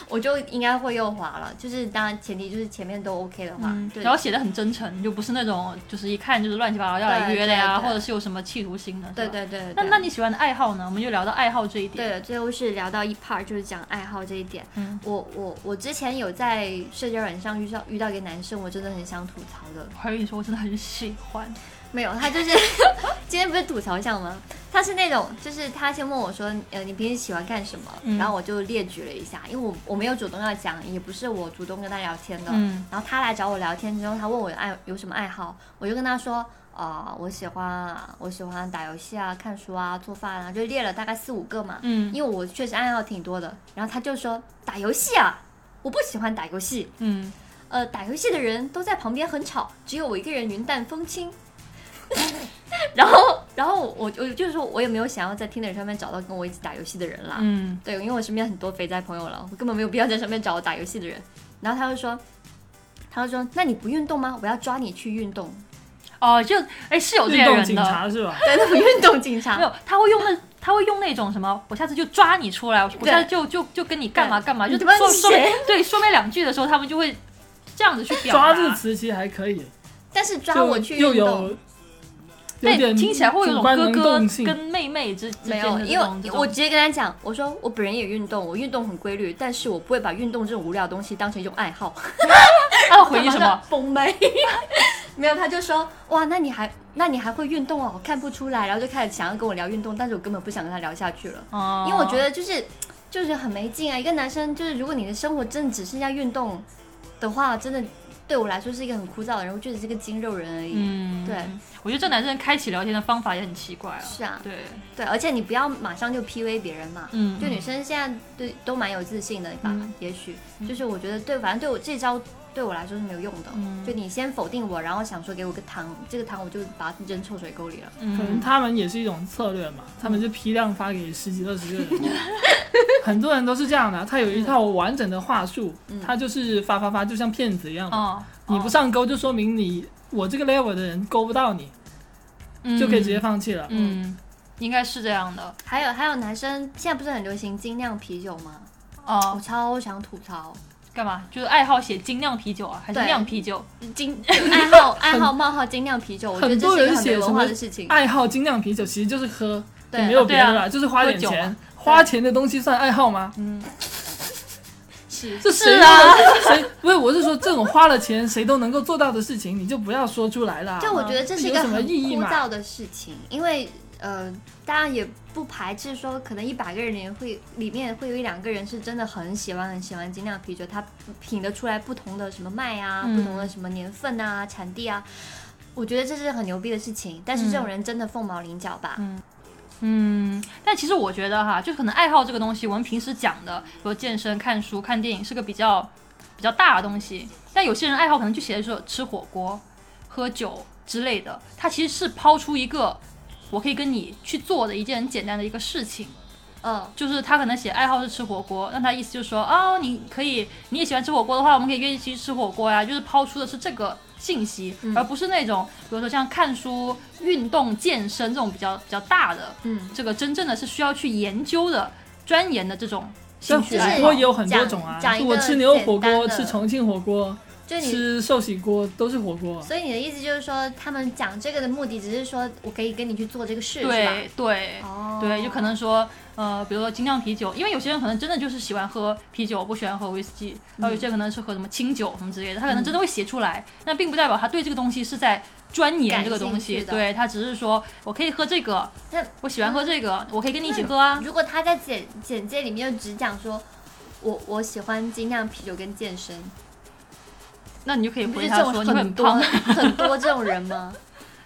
[SPEAKER 2] 我就应该会右滑了，就是当然前提就是前面都 OK 的话，
[SPEAKER 1] 嗯
[SPEAKER 2] 对
[SPEAKER 1] 然后写的很真诚，就不是那种就是一看就是乱七八糟要来
[SPEAKER 2] 对
[SPEAKER 1] 约的呀，
[SPEAKER 2] 对对
[SPEAKER 1] 或者是有什么企图心的。是吧
[SPEAKER 2] 对。对对对
[SPEAKER 1] 那那你喜欢的爱好呢？我们就聊到爱好这一点。
[SPEAKER 2] 对，最后是聊到一 part 就是讲爱好这一点。
[SPEAKER 1] 嗯
[SPEAKER 2] 我我我之前有在社交软件上遇到遇到一个男生，我真的很想吐槽的，
[SPEAKER 1] 我还跟你说，我真的很喜欢。
[SPEAKER 2] 没有，他就是 [laughs] 今天不是吐槽项吗？他是那种，就是他先问我说，呃，你平时喜欢干什么？
[SPEAKER 1] 嗯
[SPEAKER 2] 然后我就列举了一下，因为我我没有主动要讲，也不是我主动跟他聊天的。
[SPEAKER 1] 嗯
[SPEAKER 2] 然后他来找我聊天之后，他问我有爱有什么爱好，我就跟他说，呃，我喜欢我喜欢打游戏啊、看书啊、做饭啊，就列了大概四五个嘛。
[SPEAKER 1] 嗯
[SPEAKER 2] 因为我确实爱好挺多的。然后他就说打游戏啊，我不喜欢打游戏。
[SPEAKER 1] 嗯，
[SPEAKER 2] 呃，打游戏的人都在旁边很吵，只有我一个人云淡风轻。 [laughs] 然后，然后我我就是说我也没有想要在 Tinder 上面找到跟我一起打游戏的人啦。
[SPEAKER 1] 嗯
[SPEAKER 2] 对，因为我身边很多肥宅朋友了，我根本没有必要在上面找打游戏的人。然后他就说，他就说，那你不运动吗？我要抓你去运动。 [laughs]
[SPEAKER 1] 哦，就哎是有这
[SPEAKER 3] 运
[SPEAKER 1] 些
[SPEAKER 3] 动
[SPEAKER 1] 人
[SPEAKER 3] 警
[SPEAKER 1] 的，
[SPEAKER 3] 察是吧？
[SPEAKER 2] 对，那种运动警察
[SPEAKER 1] 没。有他会用那他会用那种什么，我下次就抓你出来，我我
[SPEAKER 2] 对
[SPEAKER 1] 下次就就就跟你干嘛干嘛，就
[SPEAKER 2] 你他妈
[SPEAKER 1] 说
[SPEAKER 2] 是
[SPEAKER 1] 说
[SPEAKER 2] 谁
[SPEAKER 1] 对说没两句的时候，他们就会这样子去表
[SPEAKER 3] 抓
[SPEAKER 1] 达。
[SPEAKER 3] 这个词其实还可以，
[SPEAKER 2] 但是抓
[SPEAKER 3] 就
[SPEAKER 2] 我去
[SPEAKER 3] 又
[SPEAKER 2] 运动
[SPEAKER 3] 有。有
[SPEAKER 1] 那
[SPEAKER 3] 点
[SPEAKER 1] 哎听起来会有一种
[SPEAKER 3] 主观
[SPEAKER 1] 哥
[SPEAKER 3] 能
[SPEAKER 1] 哥
[SPEAKER 3] 动性
[SPEAKER 1] 跟妹妹之之
[SPEAKER 2] 没
[SPEAKER 1] 间
[SPEAKER 2] 有，
[SPEAKER 1] 的这
[SPEAKER 2] 因为
[SPEAKER 1] 种这种
[SPEAKER 2] 我直接跟他讲，我说我本人也运动，我运动很规律，但是我不会把运动这种无聊的东西当成一种爱好。
[SPEAKER 1] 他会回你什么？？
[SPEAKER 2] 崩妹。 [laughs] 没有，他就说哇，那你还那你还会运动哦，我看不出来，然后就开始想要跟我聊运动，但是我根本不想跟他聊下去了，
[SPEAKER 1] 哦，
[SPEAKER 2] 因为我觉得就是就是很没劲啊。一个男生就是如果你的生活真的只剩下运动的话，真的对我来说是一个很枯燥的人，我就只是个筋肉人而已。
[SPEAKER 1] 嗯，
[SPEAKER 2] 对，
[SPEAKER 1] 我觉得这男生开启聊天的方法也很奇怪啊。
[SPEAKER 2] 是啊
[SPEAKER 1] 对，
[SPEAKER 2] 对，而且你不要马上就 PUA 别人嘛，
[SPEAKER 1] 嗯
[SPEAKER 2] 就女生现在对都蛮有自信的吧，
[SPEAKER 1] 嗯
[SPEAKER 2] 也许
[SPEAKER 1] 嗯
[SPEAKER 2] 就是我觉得对，反正对我这招对我来说是没有用的。
[SPEAKER 1] 嗯
[SPEAKER 2] 就你先否定我，然后想说给我个糖，这个糖我就把它扔臭水沟里了。
[SPEAKER 3] 可能
[SPEAKER 1] 嗯，
[SPEAKER 3] 他们也是一种策略嘛，他们就批量发给十几二十个
[SPEAKER 1] [laughs]
[SPEAKER 3] 人，很多人都是这样的。他有一套
[SPEAKER 1] 嗯
[SPEAKER 3] 完整的话术，他就是发发发，就像骗子一样嘛。
[SPEAKER 1] 哦，
[SPEAKER 3] 你不上钩，就说明你我这个 level 的人勾不到你，
[SPEAKER 1] 嗯
[SPEAKER 3] 就可以直接放弃了。
[SPEAKER 1] 嗯，应该是这样的
[SPEAKER 2] 还有还有男生现在不是很流行精酿啤酒吗？我
[SPEAKER 1] 哦。
[SPEAKER 2] 超想吐槽，
[SPEAKER 1] 干嘛？就是爱好写精酿啤酒啊，还是
[SPEAKER 2] 对
[SPEAKER 1] 酿啤酒？
[SPEAKER 2] 精爱好爱好冒号精酿啤酒，我觉得
[SPEAKER 3] 很
[SPEAKER 2] 这
[SPEAKER 3] 多
[SPEAKER 2] 是一个
[SPEAKER 3] 人
[SPEAKER 2] 很没
[SPEAKER 3] 写什
[SPEAKER 2] 文化
[SPEAKER 3] 么
[SPEAKER 2] 的事
[SPEAKER 3] [laughs]
[SPEAKER 2] 情。
[SPEAKER 3] 爱好精酿啤酒，其实就是喝，
[SPEAKER 2] 对
[SPEAKER 3] 也没有
[SPEAKER 1] 啊
[SPEAKER 3] 别的
[SPEAKER 1] 对
[SPEAKER 3] 啦，
[SPEAKER 1] 啊
[SPEAKER 3] 就是花点
[SPEAKER 1] 喝酒
[SPEAKER 3] 钱
[SPEAKER 1] 嘛，
[SPEAKER 3] 花钱的东西算爱好吗？
[SPEAKER 2] 是
[SPEAKER 3] 这谁
[SPEAKER 1] 是啊
[SPEAKER 3] 都能谁 [laughs] 不是？我是说这种花了钱谁都能够做到的事情，你就不要说出来啦。
[SPEAKER 2] 就我觉得这是一
[SPEAKER 3] 有
[SPEAKER 2] 个
[SPEAKER 3] 什么
[SPEAKER 2] 很
[SPEAKER 3] 意义
[SPEAKER 2] 枯
[SPEAKER 3] 嘛
[SPEAKER 2] 燥的事情，因为呃，当然也不排斥说，可能一百个人里面会里面会有一两个人是真的很喜欢很喜欢精酿啤酒，他品得出来不同的什么麦啊，
[SPEAKER 1] 嗯
[SPEAKER 2] 不同的什么年份啊、产地啊。我觉得这是很牛逼的事情，但是这种
[SPEAKER 1] 嗯
[SPEAKER 2] 人真的凤毛麟角吧。
[SPEAKER 1] 嗯，但其实我觉得哈，就可能爱好这个东西，我们平时讲的，比如健身、看书、看电影，是个比较比较大的东西。但有些人爱好可能就写的是吃火锅、喝酒之类的，他其实是抛出一个我可以跟你去做的一件很简单的一个事情。
[SPEAKER 2] 嗯，
[SPEAKER 1] 就是他可能写爱好是吃火锅，那他意思就是说，哦，你可以，你也喜欢吃火锅的话，我们可以约一起去吃火锅呀。就是抛出的是这个信息，
[SPEAKER 2] 嗯
[SPEAKER 1] 而不是那种，比如说像看书、运动、健身这种比较比较大的，
[SPEAKER 2] 嗯，
[SPEAKER 1] 这个真正的是需要去研究的、钻研的这种兴
[SPEAKER 3] 但
[SPEAKER 1] 趣
[SPEAKER 3] 火
[SPEAKER 2] 就是
[SPEAKER 1] 爱
[SPEAKER 3] 锅
[SPEAKER 1] 好。
[SPEAKER 3] 也有很多
[SPEAKER 2] 讲
[SPEAKER 3] 种啊
[SPEAKER 2] 讲，一个
[SPEAKER 3] 我吃牛肉火
[SPEAKER 2] 简单
[SPEAKER 3] 锅、
[SPEAKER 2] 的
[SPEAKER 3] 吃重庆火锅、
[SPEAKER 2] 就你
[SPEAKER 3] 吃寿喜锅都是火锅。
[SPEAKER 2] 所以你的意思就是说，他们讲这个的目的只是说我可以跟你去做这个事，是吧？
[SPEAKER 1] 对对
[SPEAKER 2] 哦，
[SPEAKER 1] 对，就可能说，呃，比如说精酿啤酒，因为有些人可能真的就是喜欢喝啤酒，不喜欢喝威士忌，
[SPEAKER 2] 嗯
[SPEAKER 1] 然后有些人可能是喝什么清酒什么之类的，他可能真的会写出来，那并不代表他对这个东西是在钻研
[SPEAKER 2] 感
[SPEAKER 1] 这个东
[SPEAKER 2] 兴
[SPEAKER 1] 西，
[SPEAKER 2] 趣的
[SPEAKER 1] 对他只是说我可以喝这个
[SPEAKER 2] 那，
[SPEAKER 1] 我喜欢喝这个，我可以跟你一起喝啊，
[SPEAKER 2] 如果他在简简介里面就只讲说，我我喜欢精酿啤酒跟健身，
[SPEAKER 1] 那你就可以
[SPEAKER 2] 你不
[SPEAKER 1] 回
[SPEAKER 2] 是
[SPEAKER 1] 他
[SPEAKER 2] 这
[SPEAKER 1] 说
[SPEAKER 2] 种
[SPEAKER 1] 你会
[SPEAKER 2] 很
[SPEAKER 1] 很
[SPEAKER 2] 多
[SPEAKER 1] 胖，
[SPEAKER 2] 很多这种人
[SPEAKER 1] [laughs]
[SPEAKER 2] 吗？